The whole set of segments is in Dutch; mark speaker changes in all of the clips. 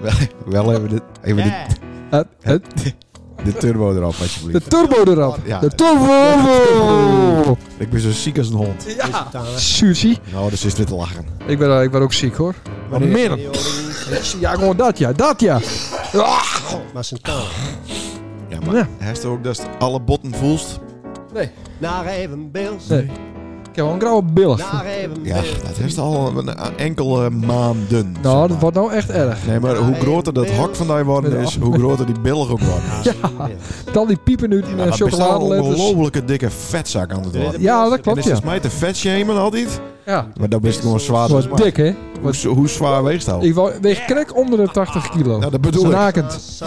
Speaker 1: Wel, wel even, dit, even die-
Speaker 2: Eh, eh,
Speaker 1: de turbo eraf,
Speaker 2: de
Speaker 1: alsjeblieft.
Speaker 2: turbo eraf.
Speaker 1: Ja.
Speaker 2: De turbo.
Speaker 1: Ik ben zo ziek als een hond.
Speaker 2: Ja. Sushi.
Speaker 1: Nou, dus is dit te lachen.
Speaker 2: Ik ben, eh, ik ben ook ziek hoor. Maar meer dan. Ja, gewoon dat ja. Dat ja. Ah.
Speaker 3: Maar zijn taal.
Speaker 1: Ja, maar
Speaker 2: Ja.
Speaker 1: hij is er ook dat je alle botten voelst.
Speaker 2: Nee.
Speaker 3: Naar even Bills.
Speaker 2: Nee. Ik heb wel een grauwe billen.
Speaker 3: Naar even
Speaker 1: Ja,
Speaker 3: Bills.
Speaker 1: dat is al een- een enkele maanden. zeg
Speaker 2: Nou,
Speaker 1: maar.
Speaker 2: dat wordt nou echt erg.
Speaker 1: Nee, maar hoe groter dat hok van die worden is, hoe groter die billen ook worden.
Speaker 3: Ja.
Speaker 2: Tal die piepen nu in
Speaker 1: Ja,
Speaker 2: eh,
Speaker 1: dat is een
Speaker 2: chocoladeletters.
Speaker 1: ongelofelijke dikke vetzak aan het worden.
Speaker 2: Ja, dat
Speaker 1: En
Speaker 2: klopt
Speaker 1: is het
Speaker 2: ja.
Speaker 1: mij te vet shamen altijd?
Speaker 2: Ja.
Speaker 1: Maar dat is gewoon zwaar. als
Speaker 2: Wat
Speaker 1: maar.
Speaker 2: dik hè.
Speaker 1: Hoe,
Speaker 2: Wat,
Speaker 1: z- hoe zwaar weegt dat?
Speaker 2: ik wou- weeg krek onder de 80 kilo.
Speaker 1: Nou, dat bedoel ik.
Speaker 2: Nakend.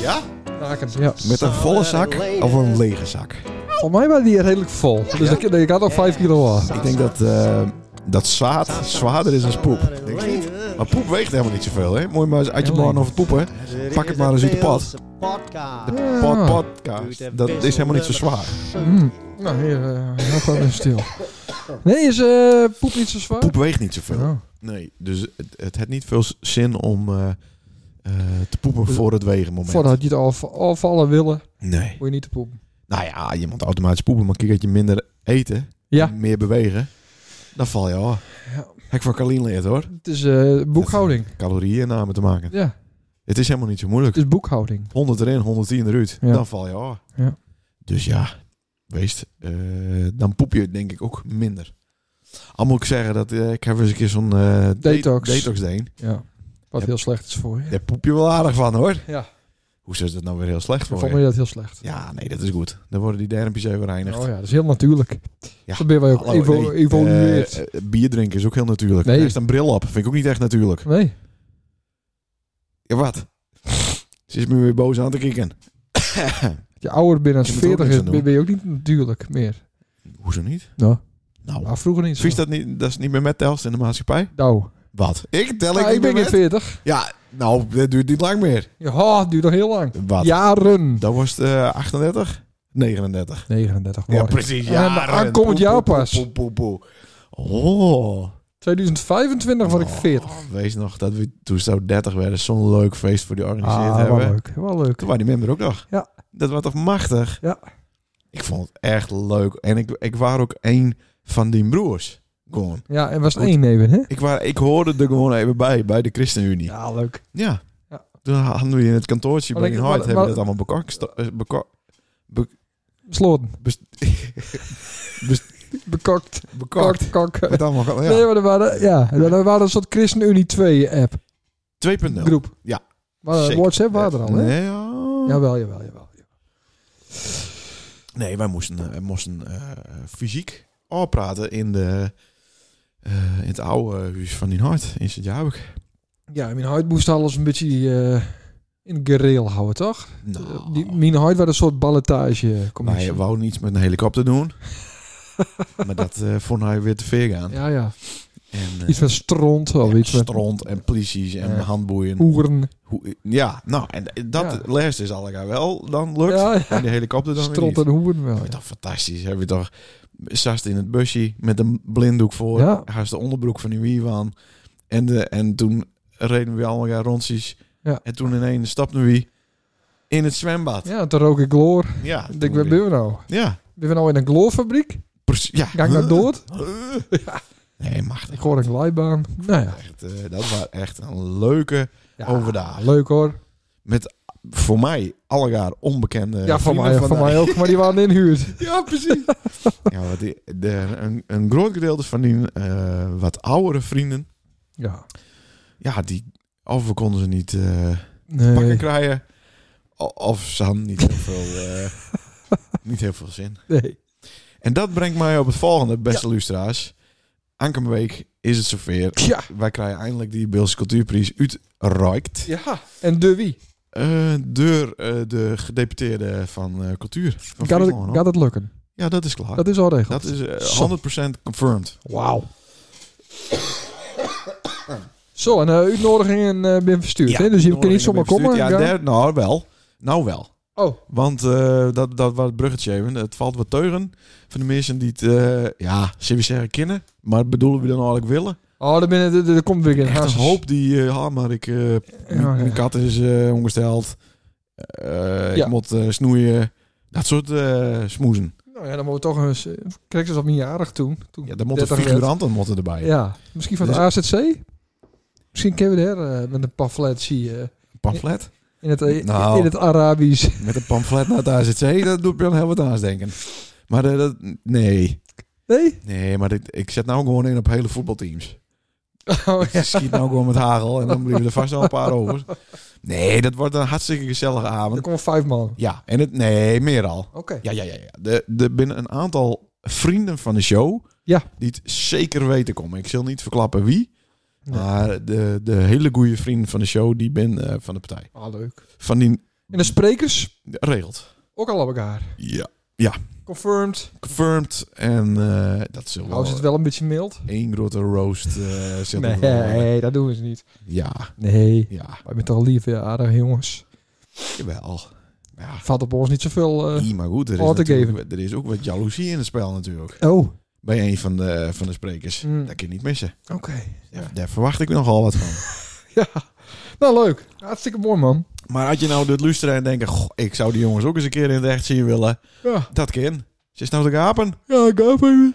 Speaker 1: Ja?
Speaker 2: Nakend, ja.
Speaker 1: Met een volle zak of een lege zak?
Speaker 2: Volgens mij waren die redelijk vol. Dus ik, ik had al 5 kilo aan.
Speaker 1: Ik denk dat, eh, dat zaad zwaarder is dan poep. Denk je niet? Maar poep weegt helemaal niet zoveel, hè? Moet je maar eens uit je
Speaker 2: Heel
Speaker 1: man over poepen. Pak het maar eens uit de pad.
Speaker 3: Podcast.
Speaker 2: Ja.
Speaker 1: Pot, podcast. Dat is helemaal niet zo zwaar.
Speaker 2: Hmm. Nou, hier, eh, hou gewoon even stil. Nee, is eh, poep niet zo zwaar?
Speaker 1: Poep weegt niet zoveel.
Speaker 2: Oh.
Speaker 1: Nee, dus het, het heeft niet veel s- zin om eh, eh, te poepen voor het wegenmoment.
Speaker 2: Voordat je het al afvallen willen,
Speaker 1: Nee.
Speaker 2: moet je niet te poepen.
Speaker 1: Nou ja, je moet automatisch poepen, maar kijk dat je minder eten,
Speaker 2: Ja.
Speaker 1: meer bewegen, dan val je al.
Speaker 2: Ja.
Speaker 1: Heb ik van Kalien leerd hoor.
Speaker 2: Het is eh, boekhouding.
Speaker 1: Calorieën te maken.
Speaker 2: Ja,
Speaker 1: Het is helemaal niet zo
Speaker 2: het
Speaker 1: moeilijk.
Speaker 2: is boekhouding.
Speaker 1: 100 erin, 110 eruit,
Speaker 2: Ja.
Speaker 1: dan val je al.
Speaker 2: Ja.
Speaker 1: Dus ja, wees, eh, dan poep je denk ik ook minder. Al moet ik zeggen dat eh, ik heb eens een keer zo'n eh, de-
Speaker 2: Detox.
Speaker 1: detox deed.
Speaker 2: Ja. Wat
Speaker 1: Ja.
Speaker 2: heel slecht is voor je.
Speaker 1: Daar poep je wel aardig van hoor.
Speaker 2: Ja.
Speaker 1: Hoe is dat nou weer heel slecht voor
Speaker 2: Vond
Speaker 1: je?
Speaker 2: je dat heel slecht?
Speaker 1: Ja, nee, dat is goed. Dan worden die dermpjes even reinigd.
Speaker 2: Oh ja, dat is heel natuurlijk.
Speaker 1: Ja.
Speaker 2: Dat ben je ook
Speaker 1: Hallo,
Speaker 2: evo
Speaker 1: nee,
Speaker 2: evolueerd.
Speaker 1: eh, eh, bier drinken is ook heel natuurlijk.
Speaker 2: Nee.
Speaker 1: Er is een bril op. Vind ik ook niet echt natuurlijk.
Speaker 2: nee.
Speaker 1: Ja, wat? Ze is me weer boos aan te kijken.
Speaker 2: Als je ouder bent als
Speaker 1: Je moet er ook
Speaker 2: 40
Speaker 1: niks
Speaker 2: is,
Speaker 1: aan doen.
Speaker 2: ben ben je ook niet natuurlijk meer.
Speaker 1: Hoezo niet?
Speaker 2: Nou,
Speaker 1: Nou,
Speaker 2: maar vroeger niet zo.
Speaker 1: vies dat niet, dat is niet meer met telst in de maatschappij?
Speaker 2: Nou,
Speaker 1: Wat? Ik tel ik
Speaker 2: Nou,
Speaker 1: niet
Speaker 2: ik ben
Speaker 1: meer
Speaker 2: geen
Speaker 1: met?
Speaker 2: 40.
Speaker 1: Ja, nou, dat duurt niet lang meer.
Speaker 2: Ja, het duurt nog heel lang.
Speaker 1: Wat?
Speaker 2: Jaren.
Speaker 1: Dat was het, eh, 38? 39.
Speaker 2: 39
Speaker 1: Ja,
Speaker 2: worden.
Speaker 1: precies.
Speaker 2: En
Speaker 1: Ja,
Speaker 2: dan aankomend jaar pas.
Speaker 1: Poe, poe, poe, poe. Oh.
Speaker 2: 2025 word ik
Speaker 1: Oh,
Speaker 2: 40.
Speaker 1: Wees nog dat we toen zo 30 werden. Zo'n leuk feest voor die georganiseerd
Speaker 2: Ah,
Speaker 1: hebben.
Speaker 2: wel leuk. Wel leuk.
Speaker 1: Toen waren die member ook nog.
Speaker 2: Ja.
Speaker 1: Dat was toch machtig?
Speaker 2: Ja.
Speaker 1: Ik vond het echt leuk. En ik, ik was ook één van die broers. Gewoon.
Speaker 2: Ja, en was het
Speaker 1: Goed.
Speaker 2: één even, hè?
Speaker 1: Ik, was, ik hoorde er gewoon even bij, bij de ChristenUnie. Ja.
Speaker 2: Ja, leuk. Ja.
Speaker 1: Toen hadden we in het kantoortje
Speaker 2: Maar
Speaker 1: bij
Speaker 2: ik-
Speaker 1: die hard,
Speaker 2: maar-
Speaker 1: hebben we
Speaker 2: maar-
Speaker 1: dat allemaal bekak... sta- eh, bekak-
Speaker 2: Besloten.
Speaker 1: best-
Speaker 2: Bekokt.
Speaker 1: Bekakt.
Speaker 2: Kakt, kak.
Speaker 1: Het allemaal, ge- ja.
Speaker 2: Nee, maar er waren, ja, er waren een soort ChristenUnie 2-app.
Speaker 1: 2.0.
Speaker 2: Groep.
Speaker 1: Nou, Ja.
Speaker 2: Maar eh,
Speaker 1: Zeker.
Speaker 2: WhatsApp waren er al, hè?
Speaker 1: Nee, ja.
Speaker 2: Jawel, jawel, jawel.
Speaker 1: Nee, wij moesten, eh, moesten eh, fysiek praten in, de, eh, in het oude huis van die hart in Sint-Jabek.
Speaker 2: Ja, mijn huid moest alles een beetje eh, in gereel houden, toch? Eh,
Speaker 1: Nou.
Speaker 2: Die, mijn huid was een soort ballotagecommissie.
Speaker 1: Wij wou niets met een helikopter doen. maar dat eh, vond hij weer te ver gaan.
Speaker 2: Ja, ja.
Speaker 1: En, eh,
Speaker 2: Iets met stront of
Speaker 1: ja,
Speaker 2: iets met
Speaker 1: stront en polities en
Speaker 2: Ja.
Speaker 1: handboeien.
Speaker 2: oeren.
Speaker 1: Hoe- ja, nou, en dat
Speaker 2: Ja.
Speaker 1: les is allemaal wel dan lukt.
Speaker 2: Ja, ja.
Speaker 1: En de helikopter dan weer
Speaker 2: Stront
Speaker 1: niet.
Speaker 2: en hoeren wel.
Speaker 1: Heb je toch fantastisch. Heb je toch zast in het busje met een blinddoek voor.
Speaker 2: Ja.
Speaker 1: Haast de onderbroek van die wief aan. En, de, en toen reden we allemaal rondjes.
Speaker 2: Ja.
Speaker 1: En toen ineens stapte wie in het zwembad.
Speaker 2: Ja, toen rook ik gloor.
Speaker 1: Ja,
Speaker 2: Ik
Speaker 1: toen
Speaker 2: denk, waar
Speaker 1: weer-
Speaker 2: ben we nou?
Speaker 1: ja,
Speaker 2: Ben we nou in een gloorfabriek?
Speaker 1: precies. Ja.
Speaker 2: Ga ik nou dood?
Speaker 1: Nee, mag
Speaker 2: Ik hoor een glijbaan. Nou ja.
Speaker 1: Echt, eh, dat was echt een leuke
Speaker 2: ja.
Speaker 1: overdag.
Speaker 2: Leuk hoor.
Speaker 1: Met voor mij alle jaar onbekende.
Speaker 2: ja, voor
Speaker 1: vrienden
Speaker 2: mij,
Speaker 1: van
Speaker 2: voor
Speaker 1: de-
Speaker 2: mij ook. Maar die waren inhuurd.
Speaker 1: Ja, precies. ja, want die, de, een, een groot gedeelte van die eh, wat oudere vrienden,
Speaker 2: Ja.
Speaker 1: ja, die of we konden ze niet eh, pakken
Speaker 2: Nee.
Speaker 1: krijgen, o- of ze hadden niet heel veel, eh, niet heel veel zin.
Speaker 2: nee.
Speaker 1: En dat brengt mij op het volgende, beste lustra's. Aankomende week is het zover.
Speaker 2: Ja.
Speaker 1: Wij krijgen eindelijk die Beelse Cultuurprijs uitreikt.
Speaker 2: Ja. En de wie?
Speaker 1: eh door eh, de gedeputeerde van eh, cultuur. Van
Speaker 2: Gaat het,
Speaker 1: Friesland, hoor.
Speaker 2: gaat het lukken?
Speaker 1: ja, dat is klaar.
Speaker 2: Dat is al regel.
Speaker 1: Dat is eh,
Speaker 2: Zo.
Speaker 1: 100% confirmed.
Speaker 2: Wauw. Zo, en eh uitnodigingen eh ben verstuurd. hè? Dus je kunt niet zomaar komen.
Speaker 1: Ja,
Speaker 2: en gaan?
Speaker 1: daar- nou wel. Nou wel.
Speaker 2: Oh,
Speaker 1: Want eh, dat, dat was het bruggetje even. Het valt wat teuren van de mensen die het, eh, ja, zullen we zeggen, kennen. Maar bedoelen we dan eigenlijk willen?
Speaker 2: Oh, daar, ben, daar, daar- daar komt weer in.
Speaker 1: Echt
Speaker 2: Hazes.
Speaker 1: een hoop die eh ah, maar ik, eh,
Speaker 2: Ja,
Speaker 1: mijn-
Speaker 2: ja.
Speaker 1: mijn kat is eh, ongesteld. Eh,
Speaker 2: Ja.
Speaker 1: Ik moet eh, snoeien. Dat soort eh, smoezen.
Speaker 2: Nou ja, dan moeten we toch eens... Kijk, ze op mijn jarig toen. toen
Speaker 1: Ja, Dus- daar moeten
Speaker 2: 30 werd.
Speaker 1: figuranten moeten erbij.
Speaker 2: Ja, misschien van de AZC? Misschien kunnen we daar eh, met een pamflet zie je.
Speaker 1: Een pamflet.
Speaker 2: In het, eh,
Speaker 1: Nou.
Speaker 2: in het Arabisch.
Speaker 1: Met een pamflet naar het AZC, dat doet me dan heel wat aandenken. Maar eh, dat, nee.
Speaker 2: Nee?
Speaker 1: Nee, maar dit- ik zet nou gewoon in op hele voetbalteams.
Speaker 2: Oh, ja.
Speaker 1: Ik schiet nou gewoon met hagel en dan blijven er vast wel een paar over. Nee, dat wordt een hartstikke gezellige
Speaker 2: Er
Speaker 1: avond.
Speaker 2: komen vijf man.
Speaker 1: Ja, en het... Nee, meer al.
Speaker 2: Oké.
Speaker 1: Ja, ja, ja. ja. De- Er binnen een aantal vrienden van de show.
Speaker 2: Ja.
Speaker 1: Die het zeker weten komen. Ik zal niet verklappen wie.
Speaker 2: Nee.
Speaker 1: Maar de, de hele goede vrienden van de show, die ben eh, van de partij.
Speaker 2: Ah, leuk.
Speaker 1: Van die
Speaker 2: En de sprekers?
Speaker 1: regelt.
Speaker 2: Ook al op elkaar.
Speaker 1: Ja.
Speaker 2: Confirmed.
Speaker 1: Confirmed. En eh, dat zullen wel
Speaker 2: Nou is het wel een beetje mild.
Speaker 1: één grote roast. eh zit er wel in.
Speaker 2: Nee, dat doen we ze niet.
Speaker 1: Ja,
Speaker 2: Nee.
Speaker 1: ja.
Speaker 2: We bent toch lief, ja, aardige jongens.
Speaker 1: Jawel. Ja.
Speaker 2: Valt op ons niet zoveel... eh,
Speaker 1: Ie, maar goed, er is,
Speaker 2: Al te
Speaker 1: natuurlijk- er is ook wat jaloezie in het spel natuurlijk.
Speaker 2: Oh.
Speaker 1: Bij een van de, van de sprekers.
Speaker 2: Mm.
Speaker 1: Dat kun je niet missen.
Speaker 2: Oké. Ja.
Speaker 1: Daar, daar verwacht ik nogal wat van.
Speaker 2: ja. Nou, leuk. Hartstikke mooi, man.
Speaker 1: Maar had je nou dit luisteren en denken, goh, ik zou die jongens ook eens een keer in het echt zien willen.
Speaker 2: Ja.
Speaker 1: Dat kan. Ze is nou te gapen.
Speaker 2: Ja, go baby.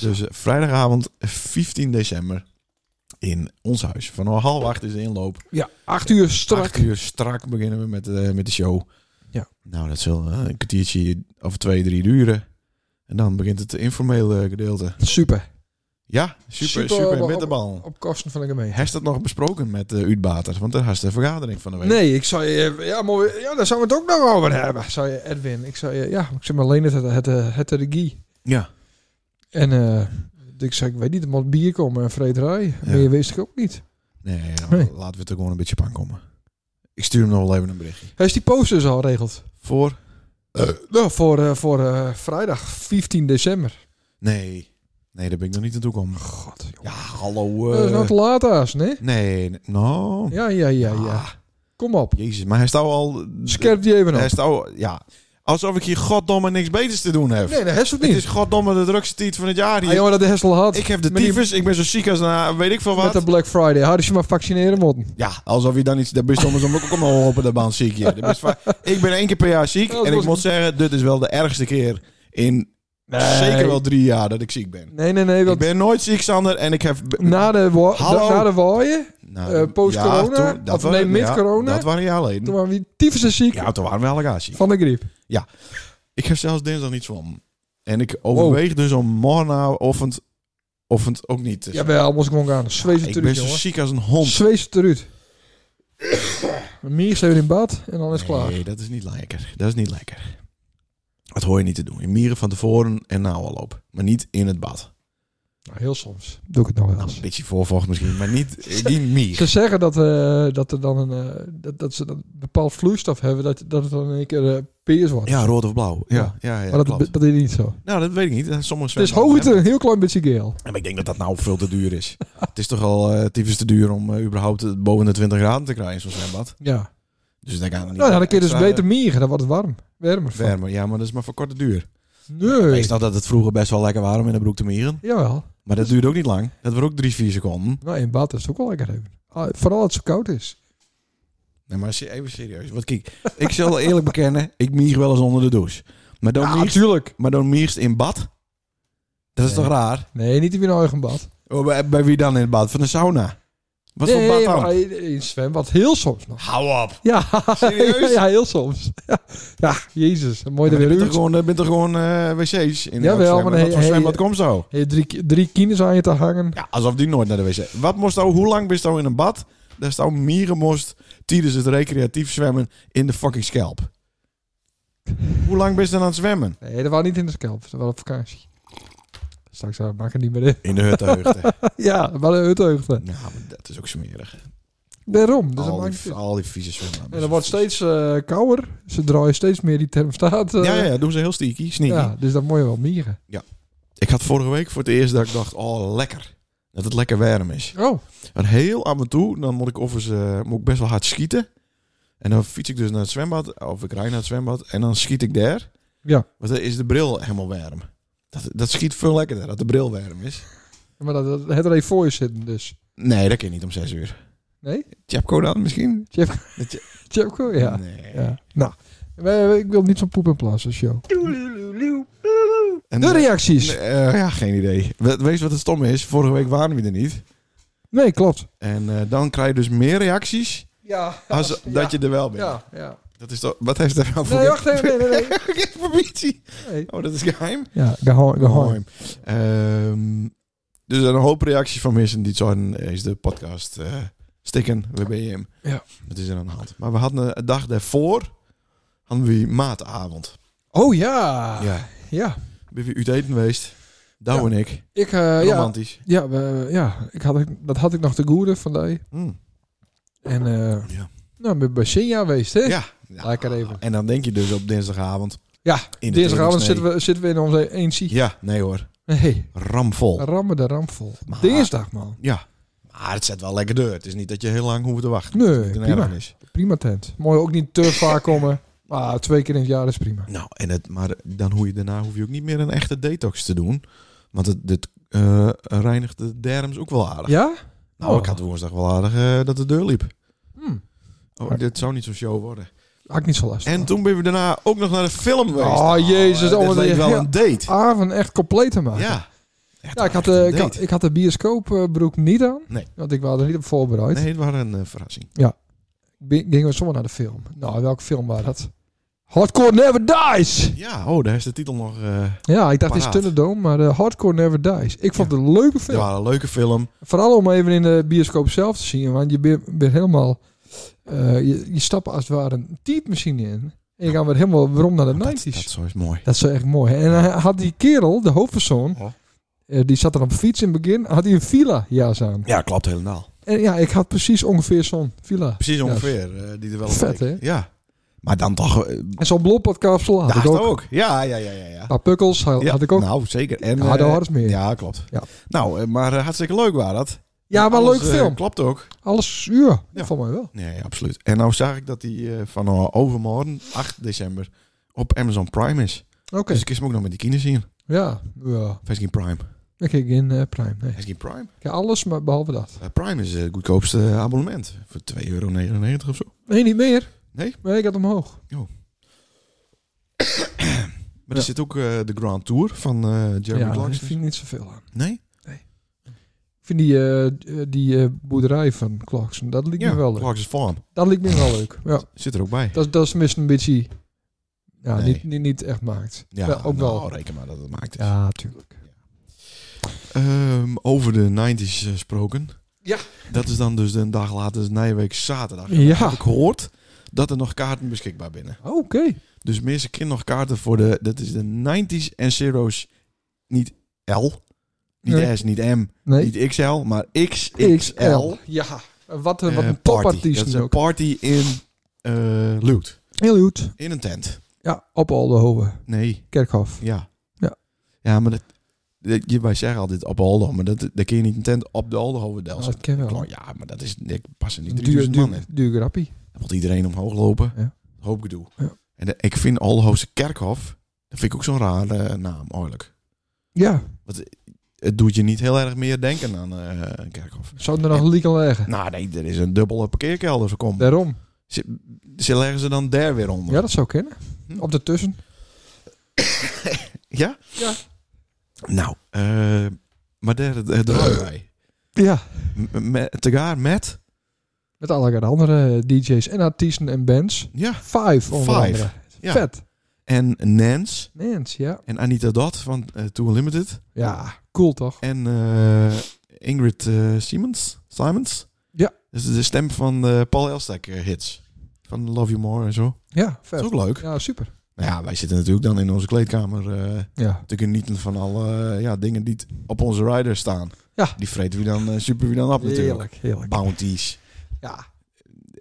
Speaker 1: Dus eh, vrijdagavond 15 december in ons huis. Van half acht is de inloop.
Speaker 2: Ja, acht uur strak.
Speaker 1: Acht uur strak beginnen we met, eh, met de show.
Speaker 2: Ja.
Speaker 1: Nou, dat zal eh, een kwartiertje of twee, drie duren. En dan begint het informele eh, gedeelte.
Speaker 2: Super.
Speaker 1: Ja, super,
Speaker 2: Super,
Speaker 1: super,
Speaker 2: maar
Speaker 1: met de bal.
Speaker 2: Op kosten van de gemeente.
Speaker 1: Heeft dat nog besproken met de Uitbaters? Want daar was de vergadering van de week.
Speaker 2: Nee, ik zou je, ja, mooi, ja, daar zouden we het ook nog over hebben, zou je Edwin. Ik zou je, ja, ik zeg maar alleen het, het, het, het de Guy.
Speaker 1: Ja.
Speaker 2: En eh, ik zei, ik weet niet, er moet bier komen en vrederij. Meer wist ik ook niet.
Speaker 1: Nee, nou,
Speaker 2: Nee.
Speaker 1: laten we het er gewoon een beetje op aankomen. Ik stuur hem nog wel even een berichtje.
Speaker 2: Hij is die posters al geregeld.
Speaker 1: Voor?
Speaker 2: Nou, voor, eh, voor eh, vrijdag 15 december.
Speaker 1: Nee. Nee, daar ben ik nog niet naartoe gekomen.
Speaker 2: God,
Speaker 1: Ja, hallo. eh.
Speaker 2: dat is nog te laat haast, nee?
Speaker 1: nee, nee, nou.
Speaker 2: Ja, ja, ja, ja.
Speaker 1: Ah,
Speaker 2: Kom op.
Speaker 1: jezus, maar hij staat al...
Speaker 2: Scherp die even
Speaker 1: Hij
Speaker 2: op.
Speaker 1: staat Ja. Alsof ik hier goddomme niks beters te doen heb.
Speaker 2: Nee, dat heeft het
Speaker 1: Het
Speaker 2: niet.
Speaker 1: is goddomme de drukste tijd van het jaar
Speaker 2: Ah,
Speaker 1: hier.
Speaker 2: jongen, dat de Hessel had.
Speaker 1: ik heb de
Speaker 2: Met die-
Speaker 1: tyfus, ik ben zo ziek als na weet ik veel
Speaker 2: Met
Speaker 1: wat.
Speaker 2: de Black Friday. Hadden ze maar vaccineren moeten.
Speaker 1: Ja, alsof je dan iets... Daar ben je soms ook allemaal op de band ziek. hier. Daar ben je zwaar- ik ben één keer per jaar ziek.
Speaker 2: Ja, dat
Speaker 1: En ik
Speaker 2: was-
Speaker 1: moet zeggen, dit is wel de ergste keer in zeker wel drie jaar dat ik ziek ben.
Speaker 2: Nee, nee, nee.
Speaker 1: Ik
Speaker 2: Want
Speaker 1: ben nooit ziek, Sander. En ik heb...
Speaker 2: na de, wa-
Speaker 1: Hallo.
Speaker 2: na de waaien
Speaker 1: Nou,
Speaker 2: Eh, post-corona?
Speaker 1: ja, toen-
Speaker 2: Of nee,
Speaker 1: wa-
Speaker 2: mid-corona?
Speaker 1: Ja, dat waren je alleen.
Speaker 2: Toen waren we tyfus ziek
Speaker 1: Ja, toen waren we allemaal ziek.
Speaker 2: van de griep.
Speaker 1: Ik heb zelfs dinsdag niet zwom. En ik overweeg dus om morgenochtend ochtend ook niet te zwemmen.
Speaker 2: Jawel, moest ik gewoon gaan. Zwees het
Speaker 1: dus- Ik ben
Speaker 2: eruit,
Speaker 1: zo
Speaker 2: jongen.
Speaker 1: ziek als een hond.
Speaker 2: Zwees het eruit. Mier sleept in bad en dan is het klaar.
Speaker 1: Nee, dat is niet lekker. Dat is niet lekker. Dat hoor je niet te doen. Je mieren van tevoren en nou al op. Maar niet in het bad.
Speaker 2: Nou, heel soms doe ik het nog wel
Speaker 1: Nou,
Speaker 2: eens.
Speaker 1: een beetje voorvocht misschien, maar niet eh, die mier.
Speaker 2: Ze zeggen dat, eh, dat, er dan een, eh, dat, dat ze een bepaald vloeistof hebben, dat, dat het dan in één keer eh peers wordt.
Speaker 1: Ja, rood of blauw. Ja, ja, ja,
Speaker 2: maar dat,
Speaker 1: klopt.
Speaker 2: dat is niet zo.
Speaker 1: Nou, dat weet ik niet. Sommige
Speaker 2: Het is hoogte, een heel klein beetje geel.
Speaker 1: Ja, Maar ik denk dat dat nou veel te duur is. het is toch al eh tyfus te duur om eh, überhaupt het boven de 20 graden te krijgen in zo'n zwembad.
Speaker 2: Ja.
Speaker 1: Dus daar gaan we niet.
Speaker 2: Nou, dan kun je dus
Speaker 1: extra,
Speaker 2: beter mieren, dan wordt het warm. Warmer.
Speaker 1: eh,
Speaker 2: van.
Speaker 1: Warmer, ja, maar dat is maar voor korte duur.
Speaker 2: Nee.
Speaker 1: Ik snap dat het vroeger best wel lekker was om in de broek te mieren.
Speaker 2: Jawel.
Speaker 1: Maar dat duurde ook niet lang. Dat was ook drie, vier seconden.
Speaker 2: Nou, in bad is het ook wel lekker hebben. Ah, Vooral als het zo koud is.
Speaker 1: Nee, maar se- even serieus. Want kijk, ik zal eerlijk bekennen, ik mier wel eens onder de douche. Maar dan,
Speaker 2: Ah,
Speaker 1: mierst,
Speaker 2: natuurlijk.
Speaker 1: maar dan mierst in bad? Dat is
Speaker 2: Nee.
Speaker 1: toch raar?
Speaker 2: Nee, niet in mijn eigen bad.
Speaker 1: Oh, Bij, bij wie dan in het bad? Van de sauna? Wat
Speaker 2: nee,
Speaker 1: voor bad dan?
Speaker 2: maar in het zwembad heel soms nog.
Speaker 1: Hou op!
Speaker 2: Ja,
Speaker 1: Serieus?
Speaker 2: ja heel soms. Ja, ja, jezus. Mooi
Speaker 1: Maar
Speaker 2: er
Speaker 1: dan
Speaker 2: weer
Speaker 1: bent er
Speaker 2: uit.
Speaker 1: gewoon, dan bent er gewoon eh, wc's in
Speaker 2: Jawel,
Speaker 1: Amsterdam.
Speaker 2: maar
Speaker 1: Wat
Speaker 2: hey,
Speaker 1: voor
Speaker 2: hey,
Speaker 1: zwembad komt zo?
Speaker 2: Hey, drie, drie kines aan je te hangen.
Speaker 1: Ja, alsof die nooit naar de wc. Wat moest nou, hoe lang bist nou in een bad? Daar staan mieren moest tijdens het recreatief zwemmen in de fucking schelp. hoe lang bist dan aan het zwemmen?
Speaker 2: Nee, dat was niet in de scalp. Dat was op vakantie. Straks eh, maak ik het niet meer in.
Speaker 1: In de huttenheugde.
Speaker 2: ja, dat was een uitheugde.
Speaker 1: nou, maar dat is ook smerig.
Speaker 2: Daarom. Dus dat
Speaker 1: al,
Speaker 2: maakt niet
Speaker 1: die,
Speaker 2: uit.
Speaker 1: al die vieze zwemmen.
Speaker 2: En dat wordt steeds eh kouder. Ze draaien steeds meer die thermostaat. eh,
Speaker 1: Ja, ja, ja, doen ze heel sneaky. sneaky.
Speaker 2: ja, dus dat moet je wel mieren.
Speaker 1: Ik had vorige week voor het eerst dat ik dacht, oh lekker. Dat het lekker warm is.
Speaker 2: Oh,
Speaker 1: En heel af en toe, dan moet ik, of eens, eh, moet ik best wel hard schieten. En dan fiets ik dus naar het zwembad, of ik rijd naar het zwembad, en dan schiet ik daar.
Speaker 2: Ja.
Speaker 1: Want dan is de bril helemaal warm. Dat, dat schiet veel lekkerder, dat de bril warm is.
Speaker 2: Maar dat, dat het er even voor je zitten dus.
Speaker 1: Nee, dat kan niet om zes uur.
Speaker 2: Nee?
Speaker 1: Chapco dan misschien?
Speaker 2: Tjepko? Ja.
Speaker 1: Nee.
Speaker 2: ja. Nou, we- we- ik wil niet zo'n poep en plassen show.
Speaker 1: En,
Speaker 2: De reacties. Nee,
Speaker 1: eh, ja, geen idee. We- Weet je wat het stomme is? Vorige week waren we er niet.
Speaker 2: klopt.
Speaker 1: En eh, dan krijg je dus meer reacties
Speaker 2: Ja.
Speaker 1: als dat je er wel bent.
Speaker 2: Ja, ja.
Speaker 1: Dat is toch, wat heeft er nou voor
Speaker 2: Nee, wacht even. Nee, nee, nee.
Speaker 1: informatie?
Speaker 2: Nee.
Speaker 1: Oh, dat is geheim?
Speaker 2: Ja, gehoor, gehoor.
Speaker 1: Geheim. Ehm, dus er zijn een hoop reacties van mensen die zouden is de podcast eh, stikken, WBM.
Speaker 2: Ja.
Speaker 1: Dat is er aan de hand. Maar we hadden een dag daarvoor, hadden we maatavond.
Speaker 2: Oh ja. Ja.
Speaker 1: Ja. Ben we uit eten geweest, Douw
Speaker 2: Ja.
Speaker 1: en ik.
Speaker 2: Ik, eh, ja.
Speaker 1: Romantisch.
Speaker 2: Ja, we- ja ik had, dat had ik nog te goede vandaag.
Speaker 1: Mm.
Speaker 2: En eh
Speaker 1: Ja.
Speaker 2: nou, ik ben bij Sinja geweest, hè?
Speaker 1: Ja.
Speaker 2: Lekker even.
Speaker 1: En dan denk je dus op dinsdagavond.
Speaker 2: Ja,
Speaker 1: in de
Speaker 2: Dinsdagavond
Speaker 1: tering
Speaker 2: zitten we, zitten we in onze
Speaker 1: snee.
Speaker 2: eentje.
Speaker 1: Ja, nee hoor.
Speaker 2: Nee,
Speaker 1: Ramvol.
Speaker 2: rammen de ramp vol.
Speaker 1: Maar-
Speaker 2: Dinsdag, man.
Speaker 1: Ja. Maar het zet wel lekker deur. Het is niet dat je heel lang hoeft te wachten.
Speaker 2: Nee,
Speaker 1: Het is niet een
Speaker 2: prima.
Speaker 1: ergernis.
Speaker 2: Prima tent. Mooi ook niet te vaak komen. Maar twee keer in het jaar is prima.
Speaker 1: Nou, en het, maar dan hoe je, daarna hoef je ook niet meer een echte detox te doen. Want het, dit eh, reinigt de derms ook wel aardig.
Speaker 2: Ja?
Speaker 1: Nou,
Speaker 2: Oh.
Speaker 1: ik had woensdag wel aardig eh, dat de deur liep.
Speaker 2: Hm.
Speaker 1: Oh,
Speaker 2: Ja.
Speaker 1: dit zou niet zo'n show worden.
Speaker 2: Had ik niet zo last
Speaker 1: En
Speaker 2: van.
Speaker 1: toen ben je daarna ook nog naar de film geweest.
Speaker 2: Oh, jezus,
Speaker 1: eh, dit
Speaker 2: oh, wat
Speaker 1: leek
Speaker 2: een-
Speaker 1: wel
Speaker 2: ja.
Speaker 1: een date.
Speaker 2: Avond echt compleet te maken.
Speaker 1: Ja. Echt
Speaker 2: Ja, ik had,
Speaker 1: echt
Speaker 2: de,
Speaker 1: een
Speaker 2: ik, had,
Speaker 1: date.
Speaker 2: ik had de bioscoopbroek niet aan.
Speaker 1: Nee.
Speaker 2: Want ik was er niet op voorbereid.
Speaker 1: Nee, het was een eh, verrassing.
Speaker 2: Bi- Gingen we zomaar naar de film. Nou, welke film was dat? Hardcore Never Dies!
Speaker 1: Ja, oh, daar is de titel nog... eh
Speaker 2: Ja, ik dacht, dit is
Speaker 1: Paraat.
Speaker 2: Thunderdome, maar eh, Hardcore Never Dies. Ik vond het een leuke
Speaker 1: het
Speaker 2: film.
Speaker 1: was een leuke film.
Speaker 2: Vooral om even in de bioscoop zelf te zien. Want je bent bent helemaal... eh, je, je stapt als het ware een typemachine in. En je gaat weer helemaal waarom naar de
Speaker 1: Dat,
Speaker 2: 90s.
Speaker 1: dat zo is mooi.
Speaker 2: Dat is echt mooi. hè? En hij had die kerel, de hoofdpersoon,
Speaker 1: Ja.
Speaker 2: eh, die zat er op een fiets in het begin, had hij een villa-jas aan.
Speaker 1: Ja, klopt helemaal.
Speaker 2: En ja, ik had precies ongeveer zo'n villa.
Speaker 1: Precies
Speaker 2: Ja.
Speaker 1: ongeveer. eh, die er wel op
Speaker 2: Vet,
Speaker 1: leek.
Speaker 2: hè?
Speaker 1: Ja. Maar dan toch... eh,
Speaker 2: En zo'n bloppodkapsel had
Speaker 1: daar
Speaker 2: ik ook.
Speaker 1: ook. Ja, ja, ja, ja. ja.
Speaker 2: Een paar pukkels had,
Speaker 1: Ja,
Speaker 2: had ik ook.
Speaker 1: Nou, zeker. En,
Speaker 2: ja,
Speaker 1: eh,
Speaker 2: daar hadden ze meer. Ja,
Speaker 1: ja, klopt.
Speaker 2: Ja.
Speaker 1: Nou, eh, maar eh, hartstikke leuk waren dat. En
Speaker 2: maar
Speaker 1: alles,
Speaker 2: leuke
Speaker 1: eh,
Speaker 2: film.
Speaker 1: klopt ook.
Speaker 2: Alles, ja,
Speaker 1: Ja.
Speaker 2: voor mij wel.
Speaker 1: Nee, absoluut. En nou zag ik dat die eh, van eh, overmorgen, 8 december, op Amazon Prime is.
Speaker 2: Oké.
Speaker 1: Dus ik is hem ook nog met die kines zien.
Speaker 2: Ja, ja.
Speaker 1: Of is geen Prime?
Speaker 2: Ik kijk in eh, Prime. Nee.
Speaker 1: Is geen Prime?
Speaker 2: Ik heb alles, maar behalve dat.
Speaker 1: Eh, Prime is eh, het goedkoopste abonnement. Voor 2,99 euro of zo.
Speaker 2: Nee, niet meer.
Speaker 1: Nee?
Speaker 2: Nee, ik had omhoog.
Speaker 1: Maar
Speaker 2: Ja.
Speaker 1: er zit ook eh, de Grand Tour van eh Jeremy
Speaker 2: ja, ik
Speaker 1: Clarkson.
Speaker 2: vind niet zoveel aan.
Speaker 1: Nee?
Speaker 2: Ik vind die, eh, eh, die eh, boerderij van Clarkson, dat liep me wel leuk.
Speaker 1: Clarkson's Farm.
Speaker 2: Dat liep me wel leuk. Ja.
Speaker 1: Zit er ook bij.
Speaker 2: Dat, dat is tenminste een beetje... Ja,
Speaker 1: Nee.
Speaker 2: niet, niet, niet echt maakt. Ja, ook
Speaker 1: nou,
Speaker 2: wel.
Speaker 1: reken maar dat het maakt. is.
Speaker 2: Ja, tuurlijk.
Speaker 1: Ehm, over de 90s gesproken.
Speaker 2: Ja.
Speaker 1: Dat is dan dus een dag later, dus Nijweek zaterdag. En
Speaker 2: Ja.
Speaker 1: dan Heb ik gehoord dat er nog kaarten beschikbaar binnen.
Speaker 2: Oké.
Speaker 1: Dus mensen kunnen nog kaarten voor de, dat is de 90s en zeros. Niet L, niet
Speaker 2: Nee.
Speaker 1: S, niet M,
Speaker 2: Nee.
Speaker 1: niet XL, maar XXL.
Speaker 2: XL. Ja. Wat een, wat
Speaker 1: eh, party.
Speaker 2: een
Speaker 1: Dat
Speaker 2: topartiest
Speaker 1: is
Speaker 2: nu
Speaker 1: een
Speaker 2: ook.
Speaker 1: party in eh Lut.
Speaker 2: Heel goed.
Speaker 1: In een tent.
Speaker 2: Ja, op Aldehoven.
Speaker 1: Nee,
Speaker 2: Kerkhof.
Speaker 1: ja.
Speaker 2: Ja.
Speaker 1: Ja, maar dat, dat- je, wij zeggen altijd op de Aldo, maar dat, dat kun je niet een tent op de Aldo
Speaker 2: Ja,
Speaker 1: delsen.
Speaker 2: dat ken wel.
Speaker 1: Klopt, Ja, maar dat is ik pas er
Speaker 2: Een
Speaker 1: niet
Speaker 2: duur,
Speaker 1: 3000 man in.
Speaker 2: duur, duur grappie.
Speaker 1: Dan moet iedereen omhoog lopen.
Speaker 2: Ja.
Speaker 1: Hoop gedoe.
Speaker 2: Ja.
Speaker 1: En de- ik vind Alhoofse Kerkhof, dat vind ik ook zo'n rare eh, naam, eigenlijk.
Speaker 2: Ja.
Speaker 1: Het doet je niet heel erg meer denken aan eh, een kerkhof.
Speaker 2: Zouden er nog lieken leggen.
Speaker 1: Nou nee, er is een dubbele parkeerkelder zo kom.
Speaker 2: Daarom.
Speaker 1: Ze, ze leggen ze dan daar weer onder.
Speaker 2: Ja, dat zou kennen.
Speaker 1: Hm.
Speaker 2: Op de tussen.
Speaker 1: Ja?
Speaker 2: Ja.
Speaker 1: Nou, eh, maar daar het draaien wij.
Speaker 2: Ja.
Speaker 1: M- met- Tegaar met?
Speaker 2: Met allerlei andere DJ's en artiesten en bands.
Speaker 1: Ja.
Speaker 2: Five
Speaker 1: Five,
Speaker 2: onder andere.
Speaker 1: ja.
Speaker 2: Vet.
Speaker 1: En Nance.
Speaker 2: Nens, ja.
Speaker 1: En Anita Dot van eh Too Unlimited.
Speaker 2: Ja, cool toch?
Speaker 1: En eh, Ingrid eh, Siemens. Simons.
Speaker 2: Ja.
Speaker 1: Dus de stem van eh, Paul Elstek eh, hits. Van Love You More en zo.
Speaker 2: Ja,
Speaker 1: Dat
Speaker 2: vet.
Speaker 1: is ook leuk.
Speaker 2: Ja, super.
Speaker 1: Nou ja, wij zitten natuurlijk dan in onze kleedkamer eh,
Speaker 2: Ja.
Speaker 1: te genieten van alle eh, ja, dingen die t- op onze rider staan.
Speaker 2: Ja.
Speaker 1: Die vreten we dan, eh, super we dan op natuurlijk.
Speaker 2: Heerlijk, heerlijk.
Speaker 1: Bounties,
Speaker 2: Ja,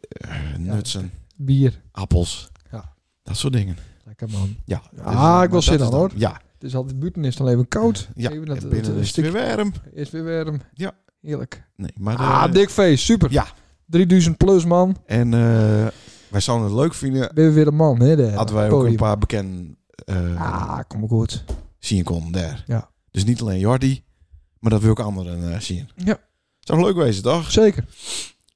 Speaker 1: eh, nutsen,
Speaker 2: bier.
Speaker 1: appels.
Speaker 2: Ja.
Speaker 1: Dat soort dingen. Dus,
Speaker 2: Lekker man.
Speaker 1: Ja.
Speaker 2: Ah, ik wil zin
Speaker 1: zitten
Speaker 2: aan, hoor.
Speaker 1: Ja.
Speaker 2: Het is altijd buiten, is het alleen even koud.
Speaker 1: ja.
Speaker 2: Even
Speaker 1: En
Speaker 2: dat, eh,
Speaker 1: binnen
Speaker 2: dat-
Speaker 1: is het weer warm.
Speaker 2: is weer warm.
Speaker 1: Ja.
Speaker 2: Heerlijk.
Speaker 1: Nee, maar eh, de-
Speaker 2: ah, dik feest. Super.
Speaker 1: Ja.
Speaker 2: 3000 plus man.
Speaker 1: En eh, wij zouden het leuk vinden
Speaker 2: Ben je weer een man, hè? daar.
Speaker 1: hadden wij ook
Speaker 2: Podium.
Speaker 1: een paar bekenden eh
Speaker 2: Ah, kom maar goed.
Speaker 1: zien kon daar.
Speaker 2: Ja.
Speaker 1: Dus niet alleen Jordi, Maar dat wil ik anderen eh, zien.
Speaker 2: Ja.
Speaker 1: Zou leuk wezen, toch?
Speaker 2: Zeker.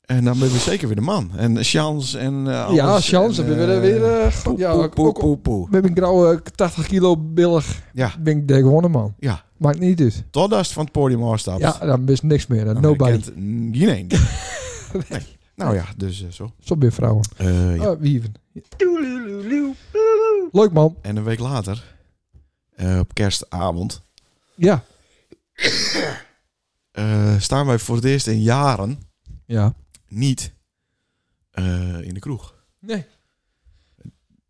Speaker 1: En dan ben je zeker weer de man. En Sjans en eh, alles.
Speaker 2: ja, Sjans,
Speaker 1: En,
Speaker 2: we willen
Speaker 1: eh,
Speaker 2: weer... eh, god,
Speaker 1: poe,
Speaker 2: ja,
Speaker 1: poe,
Speaker 2: ook-
Speaker 1: poe,
Speaker 2: ook-
Speaker 1: poe, poe.
Speaker 2: Met mijn grauwe 80 kilo billig
Speaker 1: Ja.
Speaker 2: ben ik de gewone man.
Speaker 1: Ja.
Speaker 2: Maakt niet uit.
Speaker 1: Totdat je van het podium afstapt.
Speaker 2: Ja, dan is niks meer. Dan
Speaker 1: dan
Speaker 2: nobody.
Speaker 1: herkent geen een. Nee. Nou ja, dus eh, zo.
Speaker 2: Stop weer vrouwen.
Speaker 1: Eh, ja.
Speaker 2: Ja. wieven. Leuk man.
Speaker 1: En een week later, eh, op kerstavond,
Speaker 2: Ja.
Speaker 1: eh, staan wij voor het eerst in jaren
Speaker 2: Ja.
Speaker 1: niet eh, in de kroeg.
Speaker 2: Nee.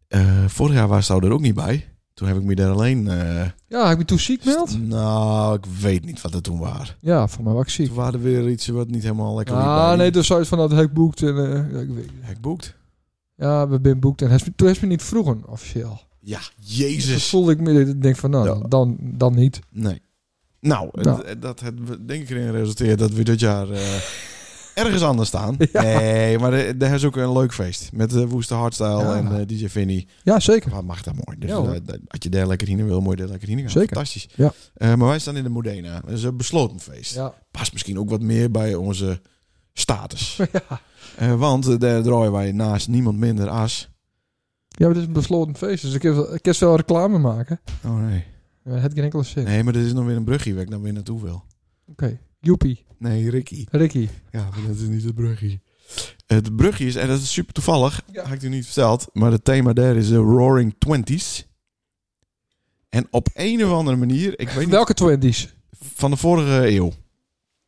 Speaker 1: Eh, vorig jaar was zou er ook niet bij. Toen heb ik me daar alleen... eh,
Speaker 2: Ja, heb ik me toen ziek meld?
Speaker 1: st- nou, ik weet niet wat dat toen was.
Speaker 2: Ja, van mij was ik ziek.
Speaker 1: Toen waren er weer iets wat niet helemaal lekker liep bij
Speaker 2: Ah,
Speaker 1: die-
Speaker 2: nee, toen zei het van dat hij boekt. En, eh, ja, ik weet het.
Speaker 1: Hek boekt.
Speaker 2: ja, we zijn boekt. En hij is- toen heeft me niet vroegen, officieel.
Speaker 1: Ja,
Speaker 2: Toen
Speaker 1: jezus.
Speaker 2: voelde ik me, ik denk van, nou,
Speaker 1: Ja.
Speaker 2: dan, dan niet.
Speaker 1: Nee. Nou, eh,
Speaker 2: Nou.
Speaker 1: d- dat hebben we denk ik erin resulteert dat we dit jaar eh, ergens anders staan.
Speaker 2: Ja.
Speaker 1: Nee, maar er er is ook een leuk feest. Met eh, Woeste Hardstyle
Speaker 2: Ja.
Speaker 1: en eh, DJ Vinnie.
Speaker 2: Ja, zeker.
Speaker 1: Wat mag dat mooi. Dus
Speaker 2: Ja, hoor.
Speaker 1: eh, dat- als je daar lekker heen wil, moet je daar lekker heen gaan.
Speaker 2: Zeker.
Speaker 1: Fantastisch.
Speaker 2: Ja.
Speaker 1: Eh, maar wij staan in de Modena. Dat is een besloten feest.
Speaker 2: Ja.
Speaker 1: Past misschien ook wat meer bij onze status. Eh, want eh, daar draaien wij naast niemand minder as.
Speaker 2: ja, maar het is een besloten feest, dus ik kan- ik kan wel reclame maken. Eh,
Speaker 1: Oh nee.
Speaker 2: Maar Het heeft geen enkele zin.
Speaker 1: Nee, maar er is nog weer een brugje waar ik dan weer naartoe wil.
Speaker 2: Oké. Joepie.
Speaker 1: Nee, Ricky.
Speaker 2: Ricky.
Speaker 1: Ja, maar dat is niet het brugje. Het brugje is, en dat is super toevallig,
Speaker 2: Ja.
Speaker 1: had ik u niet verteld, maar het thema daar is de Roaring Twenties. En op een of andere manier, ik weet niet,
Speaker 2: Welke twenties?
Speaker 1: van de vorige eeuw.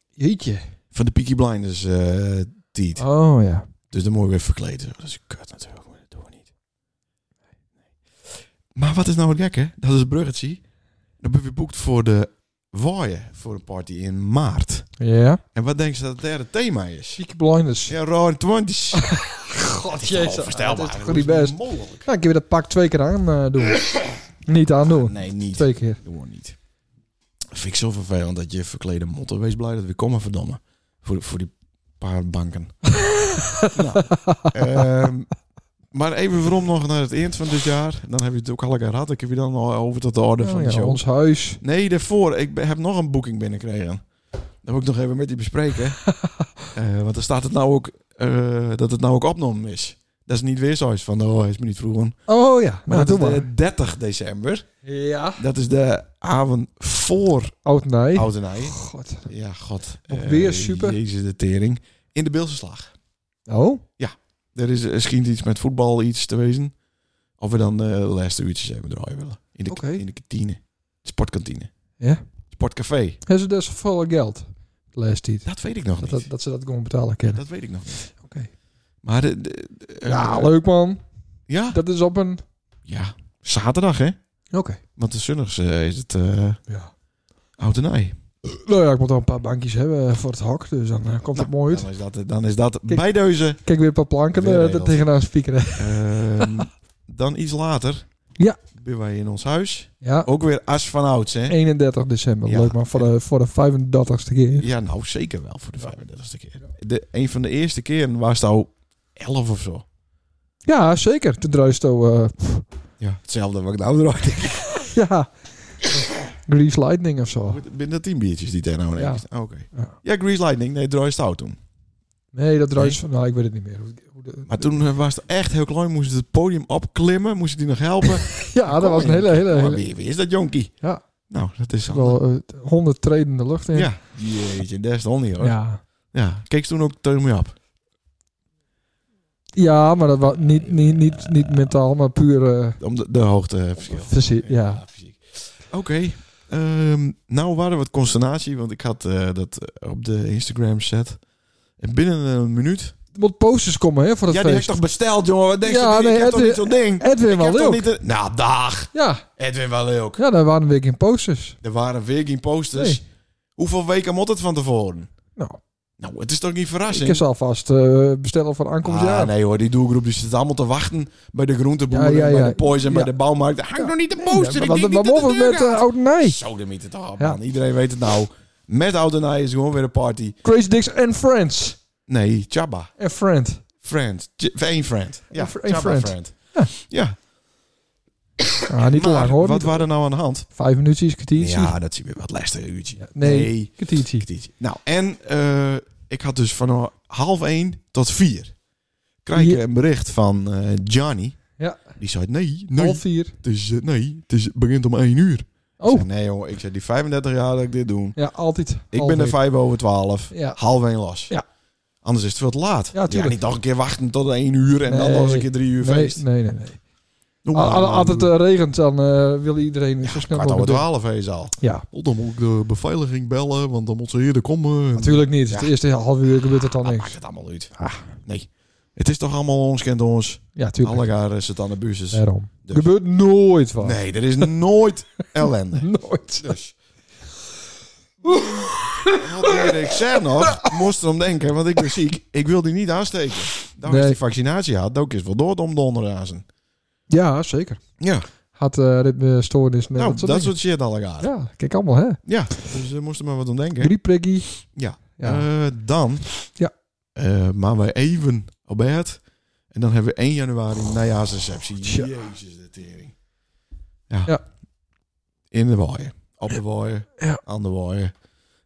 Speaker 2: Jeetje.
Speaker 1: Van de Peaky Blinders eh tiet.
Speaker 2: Oh ja.
Speaker 1: Dus dan moet ik weer verkleden. Dat is kut natuurlijk, maar dat doen we niet. Maar wat is nou het gekke? Dat is het bruggetje. Dan ben je boekt voor de waaien voor een party in maart.
Speaker 2: Ja.
Speaker 1: En wat denk je dat het derde thema is?
Speaker 2: Peaky Blinders.
Speaker 1: Ja, Roaring Twenties.
Speaker 2: God,
Speaker 1: Verstel
Speaker 2: Dat is
Speaker 1: maar.
Speaker 2: toch niet best.
Speaker 1: Mogelijk.
Speaker 2: Ja, Nou, ik wil dat pak twee keer aan eh, doen. niet aan doen.
Speaker 1: Nee, Oh, niet.
Speaker 2: Twee keer.
Speaker 1: Gewoon niet. Vind ik zo vervelend dat je verklede motten. Wees blij dat we komen, verdomme. Voor, voor die paar banken. nou, ehm, maar even waarom nog naar het eind van dit jaar. Dan heb je het ook al lekker gehad. Ik heb je dan al over tot de orde van
Speaker 2: Oh,
Speaker 1: de
Speaker 2: ja,
Speaker 1: show.
Speaker 2: ons huis.
Speaker 1: Nee, daarvoor. Ik be- heb nog een boeking binnengekregen. Dat moet ik nog even met die bespreken. Eh, want dan staat het nou ook eh, dat het nou ook opgenomen is. Dat is niet weer zoiets van, oh, hij is me niet vroegen.
Speaker 2: Oh ja.
Speaker 1: Maar
Speaker 2: Nou, doe
Speaker 1: dat is
Speaker 2: maar.
Speaker 1: de 30 december.
Speaker 2: Ja.
Speaker 1: Dat is de avond voor
Speaker 2: Oud nee.
Speaker 1: Oud en Ei.
Speaker 2: God.
Speaker 1: Ja, god.
Speaker 2: Ook
Speaker 1: Eh,
Speaker 2: weer super.
Speaker 1: Jezus de tering. In de Beelse slag.
Speaker 2: Oh?
Speaker 1: Er is eh, schijnt iets met voetbal iets te wezen. Of we dan eh, de laatste uurtjes even draaien willen. In de,
Speaker 2: Oké.
Speaker 1: in de kantine. Sportkantine.
Speaker 2: Ja.
Speaker 1: Sportcafé.
Speaker 2: Hebben ze dus vol geld? Leest niet.
Speaker 1: Dat weet ik nog
Speaker 2: Dat,
Speaker 1: niet.
Speaker 2: dat, dat ze dat gewoon betalen kennen.
Speaker 1: Dat weet ik nog niet.
Speaker 2: Oké.
Speaker 1: Maar de, de- de- eh,
Speaker 2: Ja, leuk man.
Speaker 1: Ja?
Speaker 2: Dat is op een...
Speaker 1: Ja. Zaterdag, hè?
Speaker 2: Oké.
Speaker 1: Want de zondags eh, is het eh
Speaker 2: Ja.
Speaker 1: oud en ei.
Speaker 2: Nou ja, ik moet al een paar bankjes hebben voor het hok. Dus dan eh, komt het mooi
Speaker 1: Nou,
Speaker 2: uit.
Speaker 1: Dan is dat, eh, dan is dat bij deze.
Speaker 2: Kijk, weer een paar planken
Speaker 1: Weer
Speaker 2: eh, er
Speaker 1: regels.
Speaker 2: tegenaan spiekeren.
Speaker 1: Ehm, dan iets later.
Speaker 2: Ja.
Speaker 1: Ben wij in ons huis.
Speaker 2: Ja.
Speaker 1: Ook weer as van ouds, hè?
Speaker 2: 31 december.
Speaker 1: Oh. Ja.
Speaker 2: Leuk man. Voor de, voor de 35ste keer.
Speaker 1: Ja, nou zeker wel voor de 35e keer. De, een van de eerste keren was het al 11 of zo.
Speaker 2: Ja, zeker. Toen druist al... eh,
Speaker 1: Ja. Hetzelfde wat ik nou draai.
Speaker 2: ja. Grease Lightning of zo.
Speaker 1: Binnen dat 10 biertjes die daar nou in
Speaker 2: Ja.
Speaker 1: één keer- Ah, Oké.
Speaker 2: Ja.
Speaker 1: Ja, Grease Lightning. Nee, draai stout toen.
Speaker 2: Nee, dat druist... van. Nou, ik weet het niet meer. Hoe, hoe de-
Speaker 1: Maar toen eh, was het echt heel klein. Moest het podium opklimmen. Moest ik die nog helpen.
Speaker 2: ja, dat was
Speaker 1: Oh,
Speaker 2: een hele... hele,
Speaker 1: Maar
Speaker 2: hele
Speaker 1: wie, wie is dat jonkie?
Speaker 2: Ja.
Speaker 1: Nou, dat is al.
Speaker 2: wel eh, 100 treden de lucht in.
Speaker 1: Ja. Jeetje, dat is dan niet hoor. Ja.
Speaker 2: Ja.
Speaker 1: Keek ze toen ook tegen me op.
Speaker 2: Ja, maar dat was niet, niet, niet, niet mentaal, maar puur eh,
Speaker 1: Om de, de hoogteverschil.
Speaker 2: fysie- Ja.
Speaker 1: fysiek. Oké. ehm, nou waren wat consternatie, want ik had eh, dat eh, op de Instagram set. En binnen een minuut.
Speaker 2: Er moet posters komen hè, voor het
Speaker 1: ja, die heb ik
Speaker 2: feest.
Speaker 1: toch besteld, jongen. Wat denk je?
Speaker 2: Ja,
Speaker 1: toch niet?
Speaker 2: nee,
Speaker 1: ik heb toch
Speaker 2: het-
Speaker 1: niet zo'n ding.
Speaker 2: Edwin
Speaker 1: ik
Speaker 2: wel
Speaker 1: heb toch
Speaker 2: leuk.
Speaker 1: niet. een- Nou, dag.
Speaker 2: Ja.
Speaker 1: Edwin wel leuk.
Speaker 2: ja, daar waren we in posters.
Speaker 1: Er waren weer geen posters. Hoeveel weken moet het van tevoren?
Speaker 2: Nou,
Speaker 1: Nou, het is toch niet
Speaker 2: ik
Speaker 1: verrassing.
Speaker 2: kan ze alvast eh, bestellen voor aankomend
Speaker 1: ah,
Speaker 2: jaar.
Speaker 1: nee hoor, die doelgroep die zit allemaal te wachten bij de groenteboer,
Speaker 2: Ja, ja,
Speaker 1: en bij
Speaker 2: ja.
Speaker 1: de pois en bij
Speaker 2: Ja.
Speaker 1: de bouwmarkt. Er hangt nog niet de
Speaker 2: Nee,
Speaker 1: poster,
Speaker 2: maar
Speaker 1: ik
Speaker 2: wat
Speaker 1: denk
Speaker 2: wat
Speaker 1: niet dat
Speaker 2: mogen
Speaker 1: het
Speaker 2: we met eh, oud nee?
Speaker 1: Zo de mythe toch,
Speaker 2: Ja.
Speaker 1: man. Iedereen weet het nou. Met Oud en Nij is gewoon weer een party.
Speaker 2: Crazy Dicks and Friends.
Speaker 1: Nee, Chabba.
Speaker 2: En Friend.
Speaker 1: Friend. J- Eén friend. Ja,
Speaker 2: Een fr- een
Speaker 1: Chabba
Speaker 2: friend.
Speaker 1: friend.
Speaker 2: Ja.
Speaker 1: Ja.
Speaker 2: Ah, niet te
Speaker 1: Maar
Speaker 2: lang hoor.
Speaker 1: Wat waren er nou aan de hand?
Speaker 2: Vijf minuutjes, kwartiertje.
Speaker 1: Ja, dat zie je wat lijst een uurtje.
Speaker 2: nee.
Speaker 1: nee.
Speaker 2: Kwartiertje.
Speaker 1: Kwartiertje. Nou, en eh, ik had dus van half één tot vier. Krijg ik
Speaker 2: Ja.
Speaker 1: een bericht van eh, Johnny.
Speaker 2: Ja.
Speaker 1: Die zei, nee, nee,
Speaker 2: Half vier.
Speaker 1: het, is, eh, nee het, is, het begint om één uur. Ik
Speaker 2: Oh,
Speaker 1: zeg, nee jongen, ik zei, die 35 jaar dat ik dit doe.
Speaker 2: ja, altijd.
Speaker 1: Ik
Speaker 2: Half
Speaker 1: ben er
Speaker 2: één.
Speaker 1: vijf over twaalf.
Speaker 2: Ja.
Speaker 1: Half één los.
Speaker 2: Ja.
Speaker 1: Anders is het veel te laat.
Speaker 2: Ja, tuurlijk.
Speaker 1: niet nog een keer wachten tot één uur en dan
Speaker 2: Nee.
Speaker 1: nog eens een keer drie uur
Speaker 2: Nee,
Speaker 1: feest.
Speaker 2: nee, nee. nee.
Speaker 1: Doe
Speaker 2: Al-
Speaker 1: maar,
Speaker 2: al-
Speaker 1: man.
Speaker 2: Als het eh, regent, dan eh, wil iedereen zo snel
Speaker 1: Kwart over
Speaker 2: mogelijk.
Speaker 1: twaalf is al.
Speaker 2: door. Ja,
Speaker 1: Oh, dan moet ik de beveiliging bellen, want dan moet ze eerder komen.
Speaker 2: natuurlijk niet. Het
Speaker 1: Ja. Ah,
Speaker 2: eerste half uur gebeurt er dan
Speaker 1: Dat
Speaker 2: niks.
Speaker 1: maakt het allemaal uit. Nee. Het is toch allemaal ons kent ons.
Speaker 2: Ja, tuurlijk.
Speaker 1: Alle jaar is het aan de buses.
Speaker 2: Daarom.
Speaker 1: Dus.
Speaker 2: Gebeurt nooit wat.
Speaker 1: Nee, er is nooit ellende.
Speaker 2: Nooit.
Speaker 1: Dus. Wat deed ik zeg nog, moest erom denken, want ik ben ziek. Ik wil die niet aansteken. Dan
Speaker 2: Nee.
Speaker 1: is die vaccinatie had, ook is wel door om donderrazen.
Speaker 2: Ja, zeker.
Speaker 1: Ja,
Speaker 2: Had eh ritmestoornis. met
Speaker 1: nou,
Speaker 2: dat soort dingen.
Speaker 1: shit alle jaar. Ja,
Speaker 2: Ja, kijk allemaal, hè.
Speaker 1: dus we moesten maar wat om denken.
Speaker 2: Drie prikkie.
Speaker 1: Ja.
Speaker 2: Ja.
Speaker 1: Eh, dan
Speaker 2: Ja.
Speaker 1: Eh, maar wij even op bed. En dan hebben we 1 januari najaarsreceptie.
Speaker 2: Tja.
Speaker 1: Jezus, de tering. Ja.
Speaker 2: Ja.
Speaker 1: In de waaien. Op de waaien.
Speaker 2: Ja.
Speaker 1: Aan de waaien.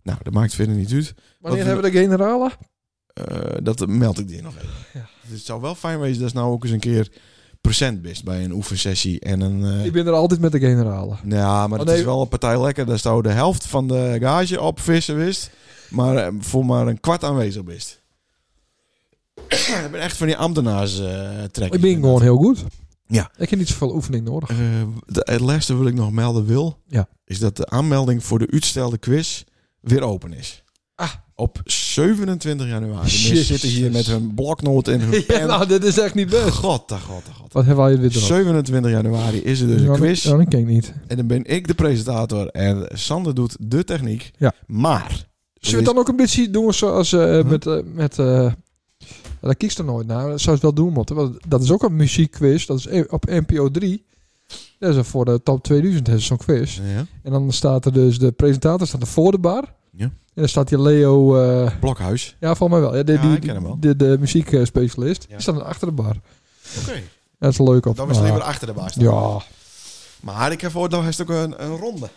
Speaker 1: Nou, dat maakt verder niet uit.
Speaker 2: Wanneer
Speaker 1: wat-
Speaker 2: hebben we de generalen?
Speaker 1: Eh, dat meld ik dir nog even.
Speaker 2: Ja.
Speaker 1: Dus het zou wel fijn wezen dat ze nou ook eens een keer present bent bij een oefensessie. En een, eh,
Speaker 2: Ik ben er altijd met de generalen.
Speaker 1: ja, maar
Speaker 2: Oh,
Speaker 1: het
Speaker 2: nee.
Speaker 1: is wel een partij lekker. Daar zou de helft van de gage op vissen wist. Maar eh, voor maar een kwart aanwezig bist. ik ben echt van die ambtenaars eh trekken.
Speaker 2: Ik ben gewoon heel goed.
Speaker 1: Ja.
Speaker 2: Ik heb niet zoveel oefening nodig.
Speaker 1: Eh, de- het laatste wil ik nog melden wil.
Speaker 2: Ja.
Speaker 1: Is dat de aanmelding voor de uitstelde quiz weer open is.
Speaker 2: Ah.
Speaker 1: Op 27 januari. Mensen
Speaker 2: Jezus.
Speaker 1: zitten hier met hun bloknoot en hun pen.
Speaker 2: nou, dit is echt niet best.
Speaker 1: God, oh god, oh god.
Speaker 2: Wat hebben wij weer erop?
Speaker 1: 27 januari is er dus een
Speaker 2: Nou,
Speaker 1: quiz.
Speaker 2: Nou, dat ken ik niet.
Speaker 1: En dan ben ik de presentator en Sander doet de techniek.
Speaker 2: Ja.
Speaker 1: Maar.
Speaker 2: Zullen we het dan ook een beetje doen zoals eh, met... eh, met eh daar kies ik er nooit naar. Dat zou ik wel doen moeten. Want dat is ook een muziekquiz. Dat is e- op NPO 3. Dat is er voor de top 2000 is zo'n quiz.
Speaker 1: Ja.
Speaker 2: En dan staat er dus... De presentator staat er voor de bar.
Speaker 1: Ja.
Speaker 2: En dan staat die Leo... eh,
Speaker 1: Blokhuis.
Speaker 2: ja, volgens mij wel. Ja, de,
Speaker 1: Ja,
Speaker 2: die-
Speaker 1: ik ken hem wel.
Speaker 2: De, de muziekspecialist.
Speaker 1: Ja.
Speaker 2: Die staat dan achter de bar.
Speaker 1: Oké.
Speaker 2: Ja, dat is leuk. Op, eh,
Speaker 1: Dan was het liever achter de baas.
Speaker 2: Ah. Ja.
Speaker 1: Maar ik heb voor dan heeft ook een, een ronde.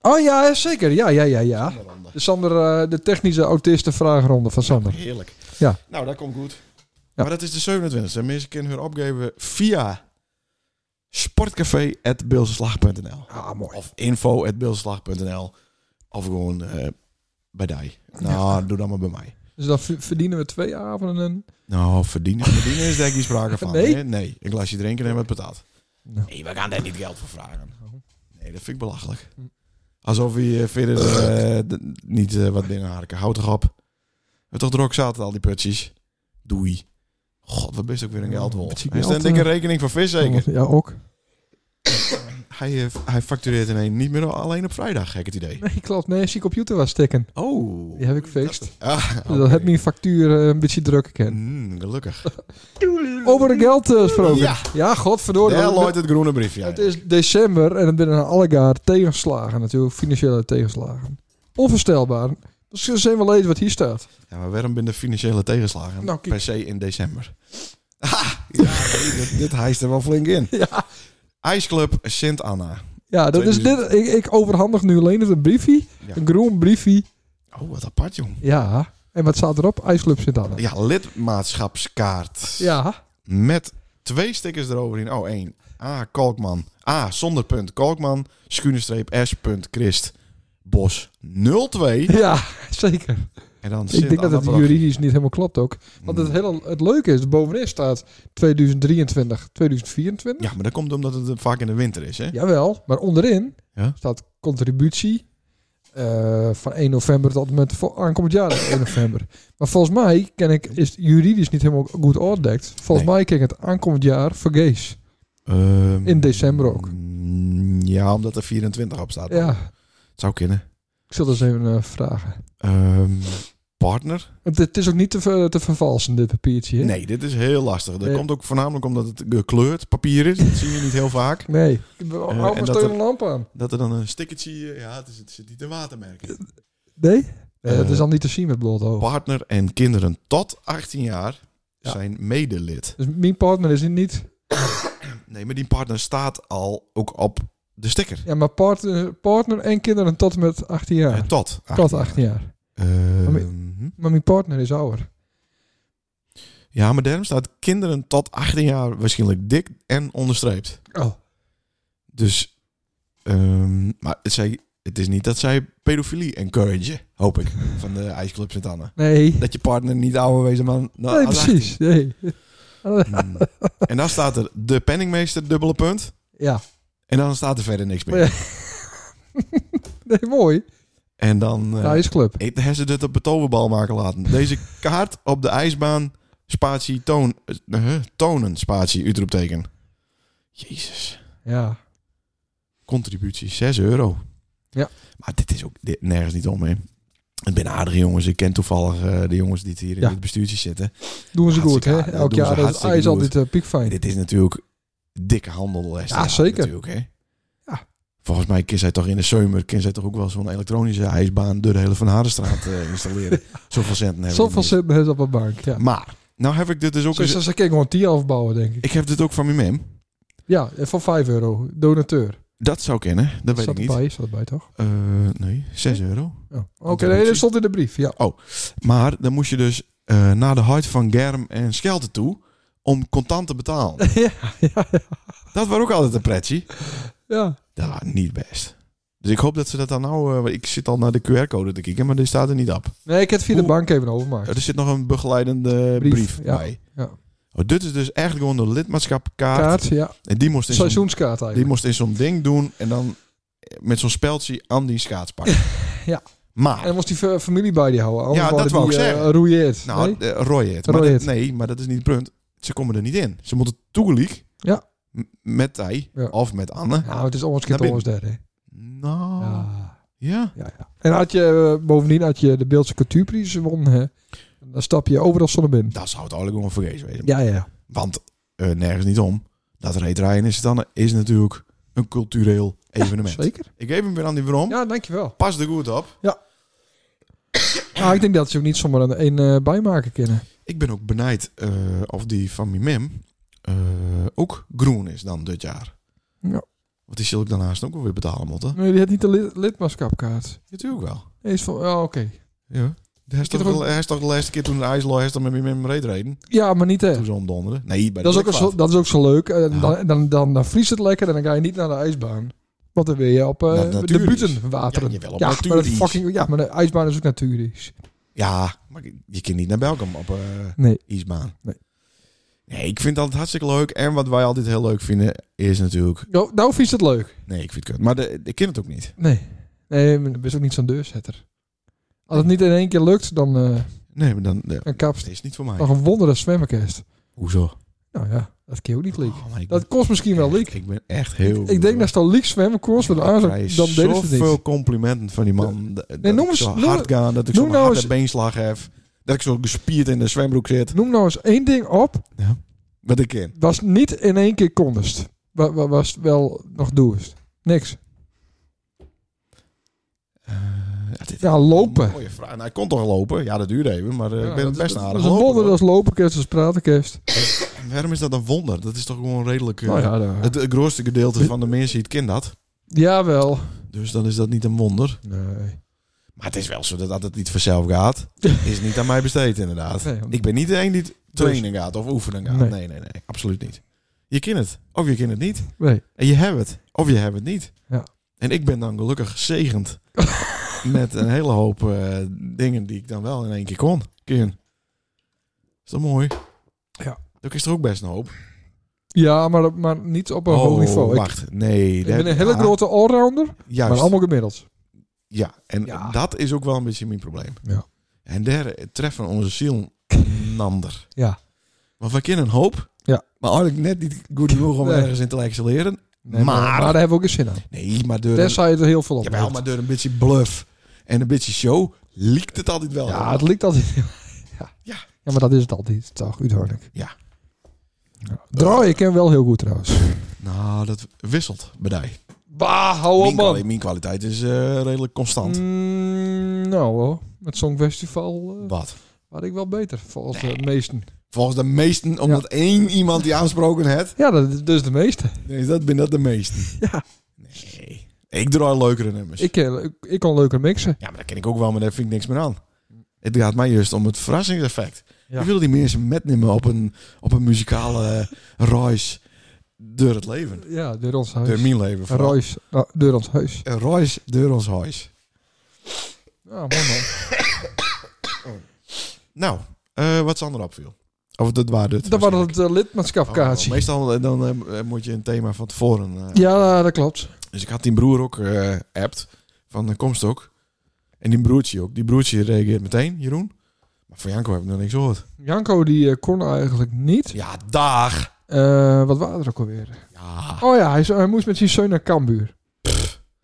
Speaker 2: Oh ja, zeker. Ja, ja, ja, ja.
Speaker 1: Een ronde.
Speaker 2: De Sander, eh, de technische autistenvraagronde van Sander.
Speaker 1: Heerlijk.
Speaker 2: Ja.
Speaker 1: Nou, dat komt goed. Maar dat is de 27 e Mensen kunnen hun opgeven via sportcafé.beelsenslag.nl
Speaker 2: Ah, mooi.
Speaker 1: of info.beelsenslag.nl of gewoon eh, bij die. Nou, doe dan maar bij mij.
Speaker 2: Dus dan v- verdienen we twee avonden. een-
Speaker 1: Nou, verdienen, verdienen is denk ik niet sprake van.
Speaker 2: Nee?
Speaker 1: hè? nee, een glasje drinken en wat patat.
Speaker 2: Nou.
Speaker 1: Nee, we gaan daar niet geld voor vragen.
Speaker 2: Oh.
Speaker 1: Nee, dat vind ik belachelijk. Alsof je eh, verder eh, d- niet eh, wat binnenharken. Houd toch op. We toch er ook zaten al die putjes. Doei. God, wat best ook weer een
Speaker 2: Ja,
Speaker 1: geldwolf.
Speaker 2: petit
Speaker 1: Hij is een
Speaker 2: geld,
Speaker 1: dikke
Speaker 2: eh.
Speaker 1: rekening van vis zeker.
Speaker 2: Ja, ook.
Speaker 1: Hij, eh, hij factureert ineens niet meer alleen op vrijdag, gek het idee.
Speaker 2: Nee, klopt. Nee, zie computer was stikken.
Speaker 1: Oh.
Speaker 2: Die heb ik fixed.
Speaker 1: Ah,
Speaker 2: Dat
Speaker 1: oké.
Speaker 2: heb mijn factuur eh, een beetje druk gekend.
Speaker 1: Mm, gelukkig.
Speaker 2: Over de geld eh, gesproken.
Speaker 1: Ja.
Speaker 2: ja godverdorie.
Speaker 1: Daar
Speaker 2: Want
Speaker 1: looit het groene briefje.
Speaker 2: Het is december en het binnen allegaar tegenslagen natuurlijk. Financiële tegenslagen. Onvoorstelbaar. Dus we zijn wel eens wat hier staat.
Speaker 1: Ja, maar waarom ben de financiële tegenslagen
Speaker 2: Nou, kijk.
Speaker 1: per se in december? Ha! ja, nee, dit, dit hijst er wel flink in.
Speaker 2: Ja.
Speaker 1: IJsclub Sint Anna.
Speaker 2: Ja, dat is dit. Ik, ik overhandig nu alleen het een briefie.
Speaker 1: Ja.
Speaker 2: Een groen briefie.
Speaker 1: Oh, wat apart, jong.
Speaker 2: Ja. En wat staat erop? IJsclub sint Anna.
Speaker 1: Ja, lidmaatschapskaart.
Speaker 2: Ja.
Speaker 1: Met twee stickers eroverheen. Oh, één. A. Kalkman. A. Zonder punt. Kalkman. Schuine-streep. S. Punt. Christ. Bos 02.
Speaker 2: Ja, zeker.
Speaker 1: En dan
Speaker 2: Ik
Speaker 1: Sint
Speaker 2: denk dat het
Speaker 1: Anna-parochie.
Speaker 2: juridisch niet helemaal klopt ook. Want
Speaker 1: Mm.
Speaker 2: het, hele, het leuke is, bovenin staat 2023, 2024.
Speaker 1: Ja, maar dat komt omdat het vaak in de winter is, hè?
Speaker 2: Jawel, maar onderin
Speaker 1: Ja.
Speaker 2: staat contributie eh, van 1 november tot en met vo- aankomend jaar 1 november. Maar volgens mij ken ik, is het juridisch niet helemaal goed ontdekt. Volgens
Speaker 1: Nee.
Speaker 2: mij ken ik het aankomend jaar vergees.
Speaker 1: Ehm,
Speaker 2: In december ook.
Speaker 1: mm, Ja, omdat er 24 op staat.
Speaker 2: Ja,
Speaker 1: Het zou kunnen.
Speaker 2: ik zal dat eens even eh, vragen.
Speaker 1: Ehm, partner?
Speaker 2: Het, het is ook niet te, ver- te vervalsen, dit papiertje. hè?
Speaker 1: Nee, dit is heel lastig. Dat
Speaker 2: Nee.
Speaker 1: komt ook voornamelijk omdat het gekleurd papier is. Dat zie je niet heel vaak.
Speaker 2: Nee. Ik hou
Speaker 1: Eh, en
Speaker 2: mijn
Speaker 1: dat
Speaker 2: steun
Speaker 1: er-
Speaker 2: lamp aan.
Speaker 1: Dat er dan een stickertje... eh, Ja, het, is, het zit niet in watermerken.
Speaker 2: Nee? Nee, dat
Speaker 1: Eh,
Speaker 2: is al niet te zien met bloot oog.
Speaker 1: Partner en kinderen tot 18 jaar
Speaker 2: Ja.
Speaker 1: zijn medelid.
Speaker 2: Dus mijn partner is niet
Speaker 1: Nee, maar die partner staat al ook op de sticker.
Speaker 2: Ja, maar partner, partner en kinderen tot en met 18 jaar.
Speaker 1: Eh, tot.
Speaker 2: tot 18 jaar.
Speaker 1: Ehm,
Speaker 2: Maar
Speaker 1: hm.
Speaker 2: Maar mijn partner is ouder.
Speaker 1: ja, maar daarom staat kinderen tot 18 jaar waarschijnlijk dik en onderstreept.
Speaker 2: Oh.
Speaker 1: Dus, ehm, maar het, zij, het is niet dat zij pedofilie encouragen, hoop ik, van de ijsclub Sint Anne.
Speaker 2: Nee.
Speaker 1: Dat je partner niet ouder wezen man. Nou,
Speaker 2: nee,
Speaker 1: als
Speaker 2: precies. Nee.
Speaker 1: Hmm. En dan staat er de penningmeester, dubbele punt.
Speaker 2: Ja.
Speaker 1: En dan staat er verder niks meer.
Speaker 2: Ja. Nee, mooi.
Speaker 1: En dan eh
Speaker 2: De ijsclub.
Speaker 1: ik- hebben ze dit op een toverbal maken laten. Deze kaart op de ijsbaan, spatie toon, eh, huh, tonen, spatie, uitroepteken. Jezus.
Speaker 2: Ja.
Speaker 1: Contributie, 6 euro.
Speaker 2: Ja.
Speaker 1: Maar dit is ook dit, nergens niet om, hè. Het zijn aardige jongens. Ik ken toevallig eh, de jongens die het hier
Speaker 2: Ja.
Speaker 1: in het bestuurtje zitten.
Speaker 2: Doen ze goed,
Speaker 1: Hartstikke
Speaker 2: hè?
Speaker 1: aardig.
Speaker 2: Elk
Speaker 1: Doen ze
Speaker 2: jaar. Dat
Speaker 1: hartstikke
Speaker 2: ijs
Speaker 1: goed.
Speaker 2: altijd uh,
Speaker 1: En
Speaker 2: piekfijn.
Speaker 1: dit is natuurlijk dikke handel.
Speaker 2: Ja, zeker.
Speaker 1: Natuurlijk, hè?
Speaker 2: Ja.
Speaker 1: Volgens mij kan zij toch in de zomer kan zij toch ook wel zo'n elektronische ijsbaan door de hele Van Harenstraat eh, installeren. Zoveel centen hebben centen.
Speaker 2: Zoveel zitten hebben ze op een bank. Ja.
Speaker 1: Maar, nou heb ik dit dus ook
Speaker 2: Dus
Speaker 1: eens-
Speaker 2: ze kunnen gewoon 10 afbouwen, denk ik.
Speaker 1: Ik heb dit ook van mijn mem.
Speaker 2: Ja, en voor 5 euro. Donateur.
Speaker 1: Dat zou kennen, dat weet
Speaker 2: staat
Speaker 1: ik niet.
Speaker 2: erbij, staat erbij, toch?
Speaker 1: Eh, nee, 6 euro.
Speaker 2: Oh. Oké,
Speaker 1: Donatie.
Speaker 2: nee, dat stond in de brief. Ja.
Speaker 1: Maar dan moest je dus eh, naar de huid van Germ en Schelten toe om contant te betalen.
Speaker 2: ja, ja, ja.
Speaker 1: dat was ook altijd een pretje.
Speaker 2: ja.
Speaker 1: Dat was niet best. Dus ik hoop dat ze dat dan nou... eh, want ik zit al naar de QR-code te kijken, maar die staat er niet op.
Speaker 2: Nee, ik heb het via de
Speaker 1: Hoe-
Speaker 2: bank even overmaakt.
Speaker 1: Er zit nog een begeleidende brief,
Speaker 2: Brief, ja,
Speaker 1: bij.
Speaker 2: ja.
Speaker 1: Oh, dit is dus eigenlijk gewoon de lidmaatschapkaart.
Speaker 2: Kaart, ja.
Speaker 1: En die moest, in zo'n,
Speaker 2: Seizoenskaart
Speaker 1: die
Speaker 2: eigenlijk.
Speaker 1: moest in zo'n ding doen en dan met zo'n speldje aan die schaats pakken.
Speaker 2: Ja.
Speaker 1: Maar,
Speaker 2: En dan moest die fa- familie bij die houden. Anders
Speaker 1: Ja, dat
Speaker 2: worden
Speaker 1: wou ik
Speaker 2: die, eh,
Speaker 1: zeggen.
Speaker 2: roeieerd.
Speaker 1: nou,
Speaker 2: Nee?
Speaker 1: eh, rooi het. Maar
Speaker 2: Rooi
Speaker 1: dat-
Speaker 2: het.
Speaker 1: nee, maar dat is niet het punt. Ze komen er niet in. Ze moeten toegeliek
Speaker 2: Ja.
Speaker 1: m- met Thij
Speaker 2: Ja.
Speaker 1: of met Anne.
Speaker 2: Nou, het is ons kind,
Speaker 1: Naar
Speaker 2: ons derde.
Speaker 1: Nou, ja.
Speaker 2: Ja. Ja, ja. En had je, eh, bovendien had je de Beeldse Cultuurprijs gewonnen, hè? Dan stap je overal zonne binnen.
Speaker 1: Dat zou het eigenlijk gewoon vergeten wezen.
Speaker 2: Ja, ja.
Speaker 1: Want eh, nergens niet om. Dat reedraaien is het dan is natuurlijk een cultureel evenement.
Speaker 2: Zeker.
Speaker 1: Ik geef hem weer aan die Brom.
Speaker 2: Ja, dankjewel.
Speaker 1: Pas er goed op.
Speaker 2: Ah, ik denk dat ze ook niet zomaar een, een eh, bijmaken kunnen.
Speaker 1: Ik ben ook benijd eh, of die van mijn mem eh, ook groen is dan dit jaar.
Speaker 2: Ja.
Speaker 1: Want die zul ik daarnaast ook wel weer betalen moeten.
Speaker 2: Nee, die had niet de lid lidmaatschapkaart.
Speaker 1: Natuurlijk wel.
Speaker 2: Nee, is van, oh, oké.
Speaker 1: Ja. Hij is,
Speaker 2: Ik heb
Speaker 1: toch,
Speaker 2: toch ook-
Speaker 1: hij is toch de laatste keer toen de ijsloor is dan met mijn mem reed reden.
Speaker 2: Ja, maar niet hè.
Speaker 1: Toen ze omdonderen. Nee, bij de
Speaker 2: Dat is, ook
Speaker 1: blikvaart.
Speaker 2: zo, dat is ook zo leuk. Eh,
Speaker 1: Ja.
Speaker 2: dan, dan, dan, dan vriest het lekker en dan ga je niet naar de ijsbaan. Want dan wil je op eh,
Speaker 1: Na-
Speaker 2: de
Speaker 1: natuurijs.
Speaker 2: buiten wateren.
Speaker 1: Ja, jawel, op
Speaker 2: maar, dat
Speaker 1: natuurijs.
Speaker 2: fucking, ja, maar de ijsbaan is ook natuurlijk.
Speaker 1: Ja, maar je kunt niet naar Belgium op eh
Speaker 2: Nee.
Speaker 1: ijsbaan.
Speaker 2: Nee.
Speaker 1: Nee, ik vind dat hartstikke leuk. En wat wij altijd heel leuk vinden is natuurlijk...
Speaker 2: Nou, nou vies het leuk.
Speaker 1: Nee, ik vind het kut. Maar de, ik ken het ook niet.
Speaker 2: Nee. Nee, maar dat is ook niet zo'n deurzetter. Als het niet in één keer lukt, dan eh
Speaker 1: Nee, maar dan... eh,
Speaker 2: een
Speaker 1: dat
Speaker 2: kapst
Speaker 1: is niet voor mij.
Speaker 2: nog een wonder als zwemmerkest.
Speaker 1: Hoezo?
Speaker 2: Nou ja, dat kun je ook niet leaken.
Speaker 1: Oh, maar ik
Speaker 2: Dat kost misschien wel leak.
Speaker 1: Echt, Ik ben echt heel.
Speaker 2: Ik denk dat ze al leak zwemmen kost, want anders
Speaker 1: Ik krijg
Speaker 2: dan deden ze het
Speaker 1: zoveel
Speaker 2: niet.
Speaker 1: complimenten van die man. dat- dat
Speaker 2: noem
Speaker 1: ik
Speaker 2: eens-
Speaker 1: zo
Speaker 2: noem-
Speaker 1: hard gaan, dat ik
Speaker 2: noem
Speaker 1: zo'n
Speaker 2: nou
Speaker 1: harde
Speaker 2: eens-
Speaker 1: beenslag heb. Dat ik zo gespierd in de zwembroek zit.
Speaker 2: Noem nou eens één ding op,
Speaker 1: Wat ik ken.
Speaker 2: was niet in één keer kondigd. Wa- wa- Was wel nog doest. Niks.
Speaker 1: Eh, ja, dit is
Speaker 2: Ja,
Speaker 1: een
Speaker 2: lopen.
Speaker 1: Mooie vraag. Nou, hij kon toch lopen? Ja, dat duurde even. Maar eh,
Speaker 2: Ja,
Speaker 1: ik ben het
Speaker 2: dat-
Speaker 1: best een
Speaker 2: dat-
Speaker 1: aardig
Speaker 2: Dat is een
Speaker 1: lopen,
Speaker 2: wonder als lopenkist, als pratenkist.
Speaker 1: hoor. Waarom is dat een wonder? Dat is toch gewoon redelijk... eh,
Speaker 2: Nou ja, daar-
Speaker 1: Het, het grootste gedeelte van de mensen het kind dat.
Speaker 2: Jawel.
Speaker 1: Dus dan is dat niet een wonder.
Speaker 2: Nee.
Speaker 1: Maar het is wel zo dat dat het niet vanzelf gaat. Is niet aan mij besteed inderdaad.
Speaker 2: Nee, want-
Speaker 1: Ik ben niet de een die t- trainen gaat of oefenen gaat. Nee.
Speaker 2: Nee.
Speaker 1: nee, nee, nee. Absoluut niet. Je kent het. Of je kent het niet.
Speaker 2: Nee.
Speaker 1: En je hebt het. Of je hebt het niet.
Speaker 2: Ja.
Speaker 1: En ik ben dan gelukkig gezegend met een hele hoop eh, dingen die ik dan wel in één keer kon. Kun. Is dat mooi?
Speaker 2: Ja.
Speaker 1: Dat is er ook best een hoop.
Speaker 2: Ja, maar, maar niet op een
Speaker 1: Oh,
Speaker 2: hoog niveau. Ik,
Speaker 1: wacht. Nee.
Speaker 2: ik
Speaker 1: dat-
Speaker 2: ben een hele
Speaker 1: ja,
Speaker 2: grote allrounder,
Speaker 1: Ah. Juist.
Speaker 2: maar allemaal gemiddeld.
Speaker 1: Ja, en
Speaker 2: Ja.
Speaker 1: dat is ook wel een beetje mijn probleem.
Speaker 2: Ja.
Speaker 1: En daar treffen onze ziel een ander.
Speaker 2: Ja.
Speaker 1: Want we kennen een hoop.
Speaker 2: Ja.
Speaker 1: Maar eigenlijk net niet goed genoeg om
Speaker 2: Nee.
Speaker 1: ergens in te excelleren.
Speaker 2: Nee, maar,
Speaker 1: Maar-
Speaker 2: maar daar hebben we ook eens zin aan.
Speaker 1: Nee, maar door een,
Speaker 2: Tenzij het er heel veel op
Speaker 1: jawel,
Speaker 2: lijkt.
Speaker 1: maar door een beetje bluff en een beetje show liekt het altijd wel.
Speaker 2: Ja, het ligt altijd. ja.
Speaker 1: Ja.
Speaker 2: Ja. maar dat is het altijd, toch? Uiteindelijk.
Speaker 1: Ja.
Speaker 2: Ja. Draai, ik ken wel heel goed trouwens.
Speaker 1: Nou, dat wisselt bedij.
Speaker 2: Bah, hou
Speaker 1: mijn, kwali- mijn kwaliteit is eh, redelijk constant.
Speaker 2: Mm, nou hoor, met Songfestival eh
Speaker 1: Wat?
Speaker 2: had ik wel beter, volgens de
Speaker 1: Nee.
Speaker 2: meesten.
Speaker 1: Volgens de meesten, omdat één iemand die aansproken het,
Speaker 2: Ja, dat is dus de meeste.
Speaker 1: is dat, ben dat de meesten.
Speaker 2: Ja.
Speaker 1: Nee. Ik draai leukere nummers.
Speaker 2: Ik, eh, ik, ik kan leuker mixen.
Speaker 1: Ja, maar dat ken ik ook wel, maar daar vind ik niks meer aan. Het gaat mij juist om het verrassingseffect.
Speaker 2: Ja.
Speaker 1: Je wil die mensen metnemen op een, op een muzikale reis door het leven.
Speaker 2: Ja, deur ons huis.
Speaker 1: Door
Speaker 2: Een
Speaker 1: mijn leven vooral.
Speaker 2: Ruis, ah, deur ons huis.
Speaker 1: Een reis door ons huis.
Speaker 2: Ja, mooi man.
Speaker 1: Nou, eh, wat Sander opviel. Of dat waar dit
Speaker 2: Dat was het eh, lidmaatschapkaartje.
Speaker 1: Oh, meestal eh, dan eh, moet je een thema van tevoren. eh,
Speaker 2: ja, eh, dat klopt.
Speaker 1: Dus ik had die broer ook eh appt van uh, Komstok. En die broertje ook. Die broertje reageert meteen, Jeroen. Maar van Janko heb ik nog niks gehoord.
Speaker 2: Janko die eh, kon eigenlijk niet.
Speaker 1: Ja, dag!
Speaker 2: Eh, wat waren er ook alweer?
Speaker 1: Ja.
Speaker 2: Oh ja, hij, zou- hij moest met zijn zoon naar Kambuur.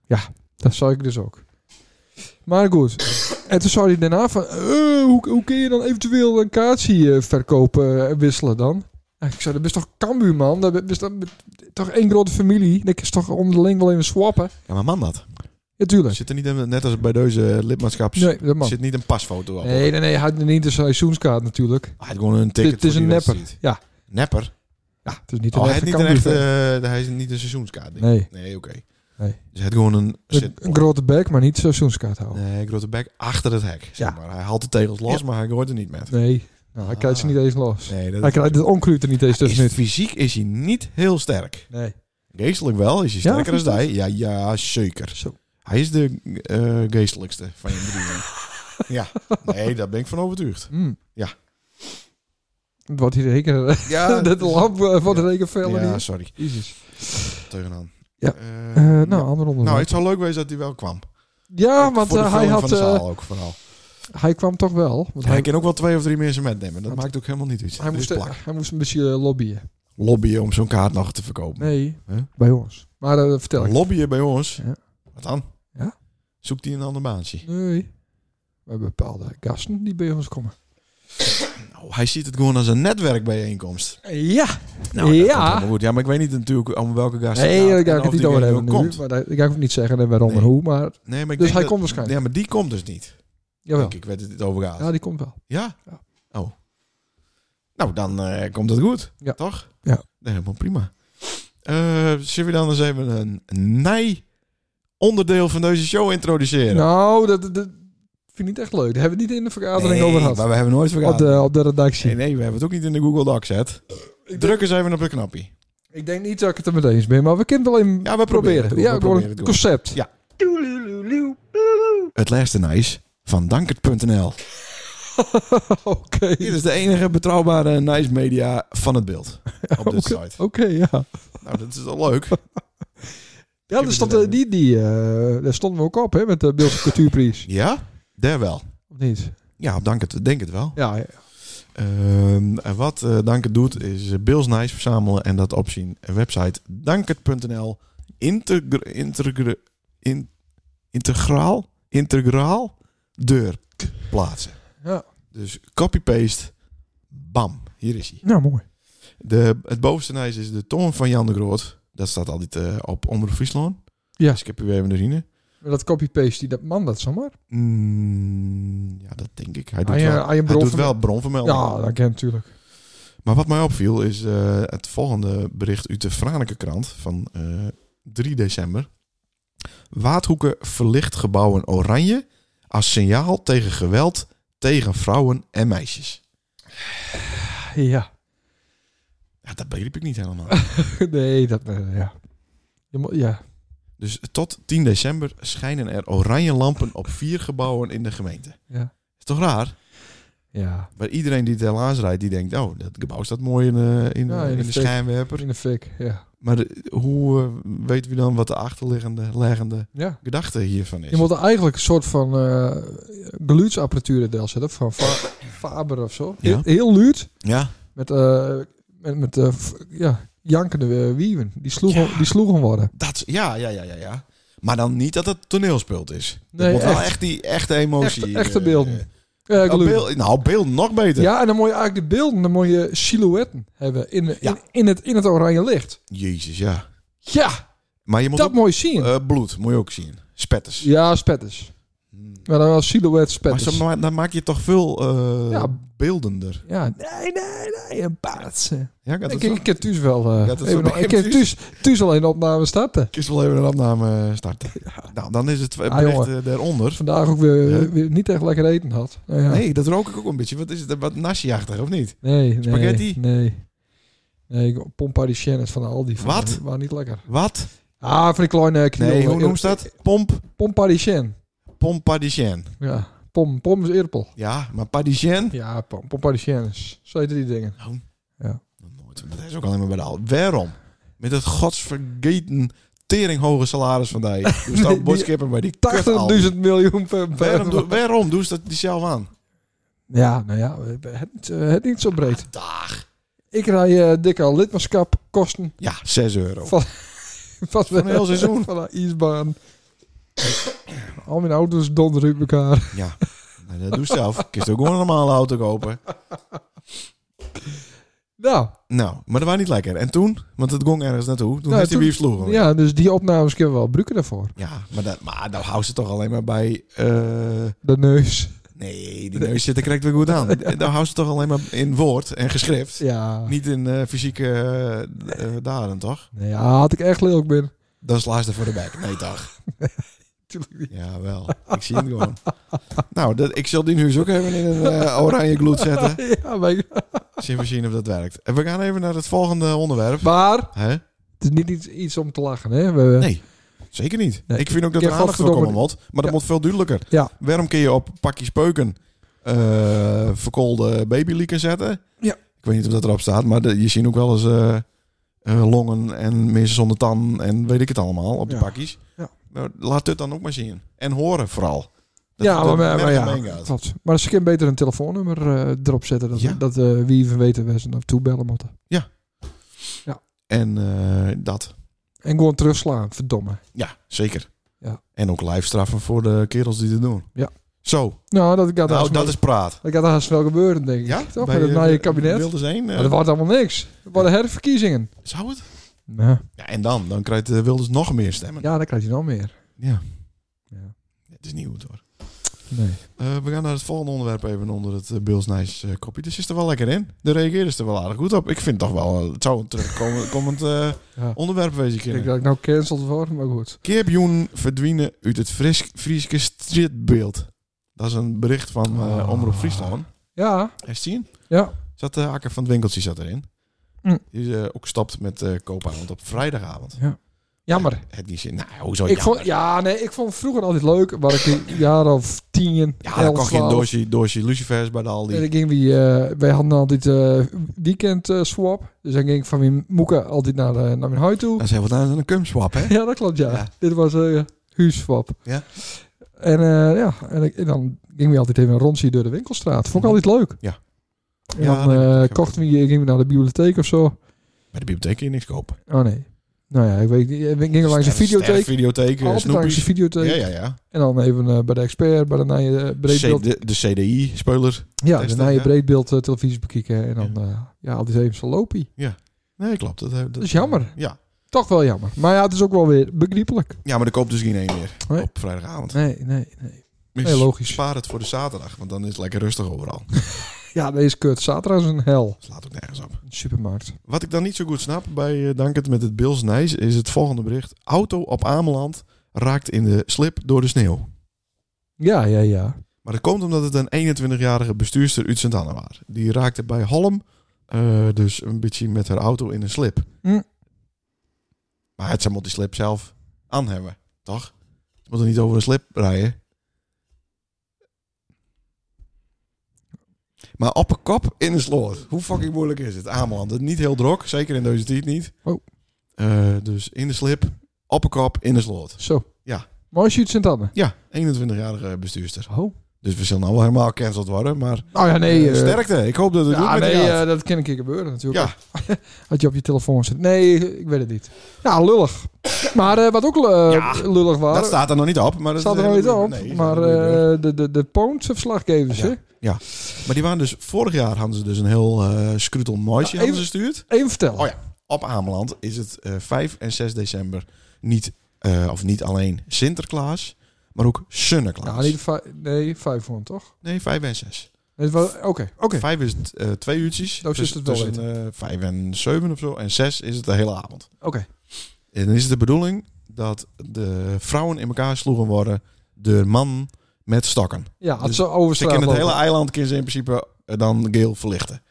Speaker 2: Ja, dat zou ik dus ook. Maar goed. En toen zou hij daarna van... eh, hoe, hoe kun je dan eventueel een kaartje eh, verkopen en wisselen dan? En ik zei, dat is toch Kambuur, man? Dat is dat toch één grote familie? Dat is toch onderling wel even swappen?
Speaker 1: ja, maar man dat.
Speaker 2: Ja, tuurlijk.
Speaker 1: Zit er niet een, net als bij deze lidmaatschaps...
Speaker 2: Nee, dat mag.
Speaker 1: Zit niet een pasfoto op.
Speaker 2: Nee, nee, nee. Hij had niet een seizoenskaart natuurlijk.
Speaker 1: Hij had gewoon een ticket
Speaker 2: Het is
Speaker 1: voor
Speaker 2: een
Speaker 1: die
Speaker 2: nepper,
Speaker 1: wedstrijd.
Speaker 2: ja.
Speaker 1: Nepper?
Speaker 2: Ja, het is niet
Speaker 1: Oh,
Speaker 2: een
Speaker 1: hij, heeft
Speaker 2: echte
Speaker 1: niet een
Speaker 2: Cambuur
Speaker 1: echte,
Speaker 2: fan.
Speaker 1: eh, hij is niet een seizoenskaart. denk ik.
Speaker 2: Nee.
Speaker 1: Nee, oké.
Speaker 2: Nee.
Speaker 1: Dus hij had gewoon een...
Speaker 2: Een,
Speaker 1: zit-
Speaker 2: een grote bek, maar niet seizoenskaart houden.
Speaker 1: Nee, grote bek achter het hek. Zeg
Speaker 2: Oh. Ja.
Speaker 1: maar. Hij haalt de tegels los, maar hij gooit er niet met.
Speaker 2: Nee. Nou, hij krijgt ze niet eens los.
Speaker 1: Ah. Nee, dat
Speaker 2: Hij krijgt het onkruid er niet eens
Speaker 1: is,
Speaker 2: tussenuit.
Speaker 1: fysiek is hij niet heel sterk.
Speaker 2: Nee.
Speaker 1: Geestelijk wel, is hij sterker
Speaker 2: vind
Speaker 1: dan
Speaker 2: je
Speaker 1: hij. Ja, ja, zeker.
Speaker 2: Zo.
Speaker 1: Hij is de eh, geestelijkste van je bediening. ja, nee, daar ben ik van overtuigd.
Speaker 2: Mm.
Speaker 1: Ja.
Speaker 2: Wat die reken...
Speaker 1: Ja,
Speaker 2: dat lamp eh, van de
Speaker 1: ja.
Speaker 2: rekenvelden
Speaker 1: Ja,
Speaker 2: hier.
Speaker 1: sorry.
Speaker 2: Jezus.
Speaker 1: Tegenaan.
Speaker 2: Ja.
Speaker 1: Eh,
Speaker 2: Eh, nou,
Speaker 1: ja.
Speaker 2: ander onderwerp.
Speaker 1: nou, het zou leuk wezen dat hij wel kwam.
Speaker 2: ja,
Speaker 1: Ook
Speaker 2: want
Speaker 1: voor de
Speaker 2: eh, hij,
Speaker 1: vulling van
Speaker 2: had,
Speaker 1: de
Speaker 2: eh,
Speaker 1: zaal ook vooral.
Speaker 2: hij kwam toch wel. Want
Speaker 1: hij
Speaker 2: hij,
Speaker 1: kan ook wel twee of drie mensen metnemen. Dat
Speaker 2: Want-
Speaker 1: maakt ook helemaal niet uit.
Speaker 2: hij,
Speaker 1: Het is
Speaker 2: moest, eh,
Speaker 1: plak.
Speaker 2: hij moest een beetje eh, lobbyen.
Speaker 1: Lobbyen om zo'n kaart nog te verkopen.
Speaker 2: Nee,
Speaker 1: Huh?
Speaker 2: bij ons. Maar eh, dat vertel ik.
Speaker 1: Lobbyen bij ons.
Speaker 2: Ja.
Speaker 1: Wat dan?
Speaker 2: Ja.
Speaker 1: Zoekt hij een ander baantje?
Speaker 2: nee. We hebben bepaalde gasten die bij ons komen.
Speaker 1: Nou, hij ziet het gewoon als een netwerkbijeenkomst.
Speaker 2: Ja.
Speaker 1: Nou, dat
Speaker 2: Ja.
Speaker 1: komt helemaal goed. Ja, maar ik weet niet natuurlijk om welke gast het
Speaker 2: Nee,
Speaker 1: gaat
Speaker 2: daar
Speaker 1: en
Speaker 2: ga ik
Speaker 1: of
Speaker 2: het niet
Speaker 1: die
Speaker 2: over
Speaker 1: weer
Speaker 2: hebben
Speaker 1: wel
Speaker 2: nu. Maar daar, ik ga ook niet zeggen en waarom
Speaker 1: Nee.
Speaker 2: en hoe. Maar
Speaker 1: Nee, maar ik
Speaker 2: Dus
Speaker 1: denk
Speaker 2: hij
Speaker 1: dat-
Speaker 2: komt waarschijnlijk.
Speaker 1: Ja, maar die komt dus niet.
Speaker 2: jawel.
Speaker 1: Denk ik werd het over gaat.
Speaker 2: Ja, die komt wel.
Speaker 1: Ja?
Speaker 2: Ja.
Speaker 1: Oh. Nou, dan eh, komt het goed.
Speaker 2: Ja.
Speaker 1: Toch?
Speaker 2: Ja.
Speaker 1: Nee, helemaal prima. Eh zullen we dan eens even een nij onderdeel van deze show introduceren?
Speaker 2: Nou, dat, dat vind ik niet echt leuk. Daar hebben we het niet in de vergadering over gehad.
Speaker 1: maar we hebben nooit
Speaker 2: Op
Speaker 1: vergaderd.
Speaker 2: de, op de redactie.
Speaker 1: Nee, nee, we hebben het ook niet in de Google Docs, hè? Druk eens even op de knopje.
Speaker 2: Ik denk niet dat ik het er mee eens ben, maar we kunnen het wel even
Speaker 1: Ja, we proberen
Speaker 2: proberen.
Speaker 1: het. We
Speaker 2: Ja, gewoon
Speaker 1: proberen het.
Speaker 2: een concept.
Speaker 1: Ja. Het laatste nice van dankert.nl.
Speaker 2: Oké.
Speaker 1: Dit is de enige betrouwbare nice media van het beeld op dit
Speaker 2: Oké.
Speaker 1: site.
Speaker 2: Oké, ja.
Speaker 1: Nou, dat is al leuk.
Speaker 2: Ja, daar, stond, eh, die, die, eh, daar stonden we ook op, hè, met de Beeldse Cultuurprijs.
Speaker 1: Ja, daar wel.
Speaker 2: Of niet?
Speaker 1: Ja, dank het, denk het wel.
Speaker 2: Ja, ja.
Speaker 1: Ehm, en wat eh, Dank het doet, is eh, Bills Nice verzamelen en dat op zijn website danket.nl integr- integr- in- integraal, integraal deur plaatsen.
Speaker 2: Ja.
Speaker 1: Dus copy-paste, bam, hier is hij.
Speaker 2: Nou, mooi.
Speaker 1: De, het bovenste nice is de toon van Jan de Groot. Dat staat altijd eh, op Omroep Friesland.
Speaker 2: Ja.
Speaker 1: Dus ik heb u weer even erin. hè.
Speaker 2: Maar Dat copy-paste, die- dat man dat zomaar. eh,
Speaker 1: Mm, ja, dat denk ik. Hij doet,
Speaker 2: Aan je-
Speaker 1: wel,
Speaker 2: aan je
Speaker 1: hij doet
Speaker 2: bronverme-
Speaker 1: wel bronvermelding.
Speaker 2: Ja, dat ken ik natuurlijk.
Speaker 1: Maar wat mij opviel is eh, het volgende bericht uit de Franeker krant van eh, 3 december. Waadhoeken verlicht gebouwen oranje als signaal tegen geweld tegen vrouwen en meisjes.
Speaker 2: Ja.
Speaker 1: Ja, dat begreep ik niet helemaal.
Speaker 2: Nee, dat... eh, ja. Je moet- ja.
Speaker 1: dus tot 10 december schijnen er oranje lampen op vier gebouwen in de gemeente.
Speaker 2: Ja.
Speaker 1: Is toch raar?
Speaker 2: Ja.
Speaker 1: Waar iedereen die het helaas rijdt, die denkt, oh, dat gebouw staat mooi in, eh, in,
Speaker 2: Ja,
Speaker 1: in
Speaker 2: in
Speaker 1: de,
Speaker 2: de fik.
Speaker 1: schijnwerper.
Speaker 2: In de fik, ja.
Speaker 1: Maar de- hoe eh, weten we dan wat de achterliggende leggende
Speaker 2: Ja.
Speaker 1: gedachte hiervan is?
Speaker 2: Je moet er eigenlijk een soort van eh geluidsapparatuur in del zetten. Van Fa- Faber of zo.
Speaker 1: Ja.
Speaker 2: Heel luid.
Speaker 1: Ja,
Speaker 2: Met, eh met, met eh, f- ja, jankende eh, wieven. Die sloegen, die sloegen worden.
Speaker 1: dat, ja, ja, ja, ja, ja. Maar dan niet dat het toneelspult is. Nee,
Speaker 2: Nee,
Speaker 1: moet wel
Speaker 2: echt.
Speaker 1: echt die echte emotie.
Speaker 2: Echte- echte
Speaker 1: eh,
Speaker 2: beelden.
Speaker 1: eh,
Speaker 2: Eh,
Speaker 1: nou,
Speaker 2: geluid.
Speaker 1: beeld, nou, beeld nog beter.
Speaker 2: ja, en dan moet je eigenlijk de beelden, dan moet je silhouetten hebben in, in,
Speaker 1: Ja.
Speaker 2: in, het, in het oranje licht.
Speaker 1: Jezus, ja.
Speaker 2: Ja,
Speaker 1: Maar je moet
Speaker 2: dat
Speaker 1: ook,
Speaker 2: mooi zien.
Speaker 1: eh, bloed, moet je ook zien. Spetters.
Speaker 2: ja, spetters.
Speaker 1: Hmm.
Speaker 2: Maar dan wel silhouettes
Speaker 1: Maar
Speaker 2: petters.
Speaker 1: zo, ma- dan maak je het toch veel eh,
Speaker 2: Ja.
Speaker 1: beeldender.
Speaker 2: Ja, nee, nee, nee, een paardse.
Speaker 1: Ja, gaat
Speaker 2: Ik,
Speaker 1: het
Speaker 2: ik
Speaker 1: zo?
Speaker 2: kan thuis wel... eh,
Speaker 1: dat is
Speaker 2: even
Speaker 1: wel
Speaker 2: nog- ik kan
Speaker 1: bij
Speaker 2: thuis, thuis alleen de opname starten.
Speaker 1: Ik is wel even een opname eh, starten. Nou, dan is het eh,
Speaker 2: Ah,
Speaker 1: bericht
Speaker 2: jongen.
Speaker 1: eh, daaronder.
Speaker 2: Vandaag ook weer,
Speaker 1: Ja.
Speaker 2: weer niet echt lekker eten had. Nou ja.
Speaker 1: Nee, dat rook ik ook een beetje. Wat is het? eh, Wat nasjeachtig, of niet?
Speaker 2: Nee, nee,
Speaker 1: Spaghetti?
Speaker 2: Nee. Nee, ik- pompa die Shannon van de Aldi. vond
Speaker 1: Wat?
Speaker 2: ik- Waren niet lekker.
Speaker 1: Wat?
Speaker 2: Ah, van die kleine kilo.
Speaker 1: Nee, hoe noemt
Speaker 2: eh,
Speaker 1: dat? Pomp,
Speaker 2: Pompa die Shannon.
Speaker 1: pompadicien.
Speaker 2: Ja. Pom, pom is eerpel.
Speaker 1: Ja, maar padicien?
Speaker 2: Ja, pom, pompa die Shannon. Zo heten die dingen.
Speaker 1: Nou,
Speaker 2: Ja.
Speaker 1: nooit. Dat is ook alleen maar bij de al. Waarom? Met het godsvergeten teringhoge salaris van die. Dus
Speaker 2: Die- die-
Speaker 1: dan boodschipper bij die kutalbum.
Speaker 2: 80.000 miljoen per, per
Speaker 1: Waarom, doe- waarom doen ze dat die zelf aan?
Speaker 2: Ja, nou ja, we hebben het, niet, eh, het niet zo breed.
Speaker 1: Dag.
Speaker 2: Ik rij eh dik al lidmaatschap kosten
Speaker 1: Ja, 6 euro.
Speaker 2: Van- van
Speaker 1: een heel seizoen.
Speaker 2: van de ijsbaan. Al mijn auto's donderen uit elkaar.
Speaker 1: Ja, nou, dat doe je zelf. Kies ook gewoon een normale auto kopen.
Speaker 2: Nou,
Speaker 1: Nou, maar dat was niet lekker. En toen? Want het ging ergens naartoe. Toen
Speaker 2: Nou,
Speaker 1: heeft hij
Speaker 2: toen-
Speaker 1: weer sloegen. Ja.
Speaker 2: ja, dus die opnames kunnen we wel gebruiken daarvoor.
Speaker 1: maar dat, maar dan houdt ze toch alleen maar bij... eh,
Speaker 2: De neus.
Speaker 1: nee, die neus zit er correct weer goed aan. Dan houdt ze toch alleen maar in woord en geschrift.
Speaker 2: Ja.
Speaker 1: Niet in eh, fysieke eh, eh, daden, toch?
Speaker 2: Nee, ja, had ik echt leuk ben.
Speaker 1: Dan slaat ze voor de bek. Nee, toch? Ja, wel. Ik zie het gewoon. Nou, dat, ik zal die nu eens ook even in een eh, oranje gloed zetten.
Speaker 2: Ja, maar, ik-
Speaker 1: Zien we zien of dat werkt. En we gaan even naar het volgende onderwerp.
Speaker 2: maar
Speaker 1: Hè?
Speaker 2: het is niet iets, iets om te lachen, hè? We-
Speaker 1: Nee, zeker niet.
Speaker 2: Eh, Nee,
Speaker 1: ik vind ook dat
Speaker 2: ik
Speaker 1: er
Speaker 2: heb
Speaker 1: aandacht voor
Speaker 2: godverdomme-
Speaker 1: komen moet. Maar dat
Speaker 2: Ja.
Speaker 1: moet veel duidelijker.
Speaker 2: Ja.
Speaker 1: Waarom kun je op pakjes peuken eh verkoolde babylieken zetten?
Speaker 2: Ja.
Speaker 1: Ik weet niet of dat erop staat, maar de- je ziet ook wel eens eh, eh, longen en mensen zonder tan en weet ik het allemaal op die
Speaker 2: Ja.
Speaker 1: pakjes.
Speaker 2: Ja.
Speaker 1: Nou, laat het dan ook maar zien. En horen vooral. Dat-
Speaker 2: ja, maar,
Speaker 1: dat
Speaker 2: maar,
Speaker 1: merk
Speaker 2: maar
Speaker 1: je
Speaker 2: ja,
Speaker 1: mee gaat.
Speaker 2: klopt. Maar ze kunnen beter een telefoonnummer eh, erop zetten. Dat,
Speaker 1: Ja.
Speaker 2: dat eh, wie even weten waar ze naar toe bellen moeten.
Speaker 1: En eh, dat.
Speaker 2: En gewoon terugslaan, verdomme.
Speaker 1: Ja, zeker.
Speaker 2: Ja.
Speaker 1: En ook live straffen voor de kerels die dit doen.
Speaker 2: Ja.
Speaker 1: Zo,
Speaker 2: Nou, dat gaat,
Speaker 1: nou
Speaker 2: haast
Speaker 1: dat
Speaker 2: wel-
Speaker 1: is praat.
Speaker 2: dat gaat haast wel gebeuren, denk ik.
Speaker 1: Ja,
Speaker 2: Toch?
Speaker 1: Bij,
Speaker 2: Met het
Speaker 1: eh,
Speaker 2: nieuwe kabinet.
Speaker 1: Wilders één, eh,
Speaker 2: Maar dat wordt allemaal niks. Dat worden herverkiezingen.
Speaker 1: Zou het?
Speaker 2: Nou,
Speaker 1: Ja, en dan? Dan krijgt eh, Wilders nog meer stemmen. Ja.
Speaker 2: ja, dan krijg je nog meer. Ja.
Speaker 1: Het is niet goed hoor.
Speaker 2: Nee.
Speaker 1: Eh, we gaan naar het volgende onderwerp even onder het uh, Bills Nice eh, kopje. Dus is er wel lekker in. De reageerders er wel aardig goed op. Ik vind toch wel, eh, het zou een terugkomend eh
Speaker 2: Ja.
Speaker 1: onderwerp wezen
Speaker 2: Ik denk
Speaker 1: kunnen.
Speaker 2: dat ik nou cancelled word, maar goed.
Speaker 1: Keerpioen verdwijnen uit het Fris Frieske streetbeeld. Dat is een bericht van eh,
Speaker 2: Ah.
Speaker 1: Omroep Friesland.
Speaker 2: Ja,
Speaker 1: Heb je het zien?
Speaker 2: Ja.
Speaker 1: Zat de hakker van het winkeltje zat erin.
Speaker 2: Hm.
Speaker 1: Die is eh, ook stopt met eh koopavond op vrijdagavond.
Speaker 2: jammer.
Speaker 1: Het niet zin. Nou, hoezo
Speaker 2: Ik
Speaker 1: jammer?
Speaker 2: vond, ja, nee, ik vond vroeger altijd leuk. Waar ik een jaar of tien,
Speaker 1: Ja, dan
Speaker 2: elf,
Speaker 1: kocht je een
Speaker 2: twaalf.
Speaker 1: doosje, doosje lucifers bij de Aldi.
Speaker 2: En dan ging wie, eh, wij hadden altijd eh weekend eh, swap. Dus dan ging ik van mijn moeke altijd naar, eh, naar mijn huis toe.
Speaker 1: Dan zijn we daar een cumswap, hè?
Speaker 2: Ja, dat klopt, ja.
Speaker 1: Ja.
Speaker 2: Dit was eh huurswap.
Speaker 1: Ja.
Speaker 2: En eh, ja, en, ik- en dan gingen we altijd even een rondje door de winkelstraat. Vond ik
Speaker 1: Mhm.
Speaker 2: altijd leuk.
Speaker 1: Ja.
Speaker 2: En
Speaker 1: Ja,
Speaker 2: dan
Speaker 1: dat-
Speaker 2: eh,
Speaker 1: dat-
Speaker 2: kochten we, gingen we naar de bibliotheek of zo.
Speaker 1: Bij de bibliotheek kun je niks kopen.
Speaker 2: Oh nee. Nou ja, ik weet niet. We gingen langs de videotheek.
Speaker 1: videotheek,
Speaker 2: Altijd langs de
Speaker 1: eh, snoepjes.
Speaker 2: videotheek.
Speaker 1: Ja, ja, ja.
Speaker 2: En dan even eh, bij de expert, bij de Nije eh,
Speaker 1: C-
Speaker 2: Breedbeeld.
Speaker 1: de, de CDI-speuler.
Speaker 2: ja, de
Speaker 1: testen,
Speaker 2: Nije
Speaker 1: ja.
Speaker 2: Breedbeeld eh, televisie bekijken. En dan, eh, ja, altijd even zo lopie.
Speaker 1: Nee, klopt. Dat, dat,
Speaker 2: is jammer.
Speaker 1: Ja.
Speaker 2: Toch wel jammer. Maar ja, het is ook wel weer begrijpelijk.
Speaker 1: ja, maar er koopt dus geen één meer
Speaker 2: Nee.
Speaker 1: op vrijdagavond.
Speaker 2: Nee, nee, nee.
Speaker 1: Mis-
Speaker 2: nee, logisch.
Speaker 1: Spaar het voor de zaterdag, want dan is het lekker rustig overal.
Speaker 2: Ja, deze kut. Zaterdag is een hel.
Speaker 1: Slaat ook nergens op.
Speaker 2: Een supermarkt.
Speaker 1: Wat ik dan niet zo goed snap bij eh Dank het met het Bills Nijs is het volgende bericht. Auto op Ameland raakt in de slip door de sneeuw.
Speaker 2: Ja, ja, ja.
Speaker 1: Maar dat komt omdat het een 21-jarige bestuurster uit Sint-Anna was. Die raakte bij Halm, eh, dus een beetje met haar auto in een slip.
Speaker 2: Hm.
Speaker 1: Maar het zou moet die slip zelf aan hebben, toch? Ze moeten niet over een slip rijden. Maar op een kop in een sloot. Hoe fucking moeilijk is het? Ameland, het is niet heel drok. Zeker in deze tijd niet.
Speaker 2: Oh.
Speaker 1: Eh, dus in de slip, op een kop in een sloot.
Speaker 2: Zo.
Speaker 1: Ja.
Speaker 2: Mooi shoot Sint-Anne.
Speaker 1: Ja, 21-jarige bestuurster.
Speaker 2: Oh.
Speaker 1: Dus we zullen nou wel helemaal gecanceld worden, maar...
Speaker 2: Nou ja, nee.
Speaker 1: Eh,
Speaker 2: eh,
Speaker 1: sterkte. Ik hoop dat het goed
Speaker 2: Ja,
Speaker 1: met
Speaker 2: nee,
Speaker 1: je gaat.
Speaker 2: eh, dat kan een keer gebeuren natuurlijk.
Speaker 1: Ja.
Speaker 2: Had je op je telefoon zit. Nee, ik weet het niet. Ja, lullig. Maar eh, wat ook eh,
Speaker 1: Ja,
Speaker 2: lullig was.
Speaker 1: dat staat er nog niet op. Maar dat
Speaker 2: staat
Speaker 1: is
Speaker 2: er nog
Speaker 1: een
Speaker 2: niet
Speaker 1: hele
Speaker 2: op.
Speaker 1: goeie- nee,
Speaker 2: maar
Speaker 1: dat is een hele goeie
Speaker 2: eh, de, de, de Poonse verslaggevers,
Speaker 1: Ja.
Speaker 2: hè? eh,
Speaker 1: beurt. maar die waren dus vorig jaar hadden ze dus een heel eh scrutel mooisje
Speaker 2: Ja,
Speaker 1: hadden ze
Speaker 2: Nou, even-
Speaker 1: gestuurd.
Speaker 2: Even vertellen.
Speaker 1: Oh ja. Op Ameland is het eh 5 en 6 december niet, eh, of niet alleen Sinterklaas, maar ook
Speaker 2: Ja,
Speaker 1: Sunneklaas.
Speaker 2: niet vijf, nee, vijf van toch?
Speaker 1: Nee, vijf en zes.
Speaker 2: Het was- Oké, oké.
Speaker 1: Vijf is t- eh, twee uurtjes.
Speaker 2: Nou,
Speaker 1: dus
Speaker 2: is het wel
Speaker 1: tussen eh, vijf en zeven of zo. En zes is het de hele avond.
Speaker 2: Oké.
Speaker 1: En dan is het de bedoeling dat de vrouwen in elkaar sloegen worden door man met stokken.
Speaker 2: Ja, als
Speaker 1: Dus
Speaker 2: ze over
Speaker 1: Ze
Speaker 2: straat
Speaker 1: kennen het
Speaker 2: lopen.
Speaker 1: hele eiland kunnen ze in principe eh, dan geel verlichten.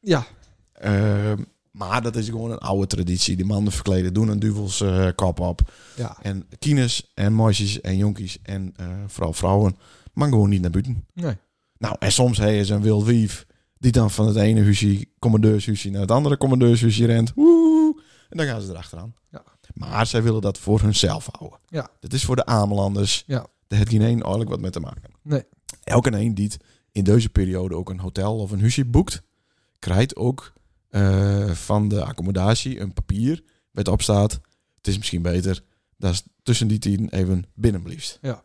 Speaker 2: Ja,
Speaker 1: Ehm, maar dat is gewoon een oude traditie. De mannen verkleden doen een duvels eh, kap op.
Speaker 2: ja.
Speaker 1: En kines en meisjes en jonkies en eh, vooral vrouwen maar gewoon niet naar buiten.
Speaker 2: Nee.
Speaker 1: Nou, en soms heeft ze een wild wief die dan van het ene huisje, commandeurshuisje naar het andere commandeurshuisje rent. Woe! En dan gaan ze erachteraan.
Speaker 2: Ja.
Speaker 1: Maar zij willen dat voor hunzelf houden.
Speaker 2: Ja.
Speaker 1: Dat is voor de Amelanders.
Speaker 2: Ja.
Speaker 1: Daar heeft geen een eigenlijk wat mee te maken.
Speaker 2: Nee.
Speaker 1: Elke een die het in deze periode ook een hotel of een huisje boekt, krijgt ook eh, van de accommodatie een papier met op staat. Het is misschien beter dat is tussen die tien even binnen blieft.
Speaker 2: Ja.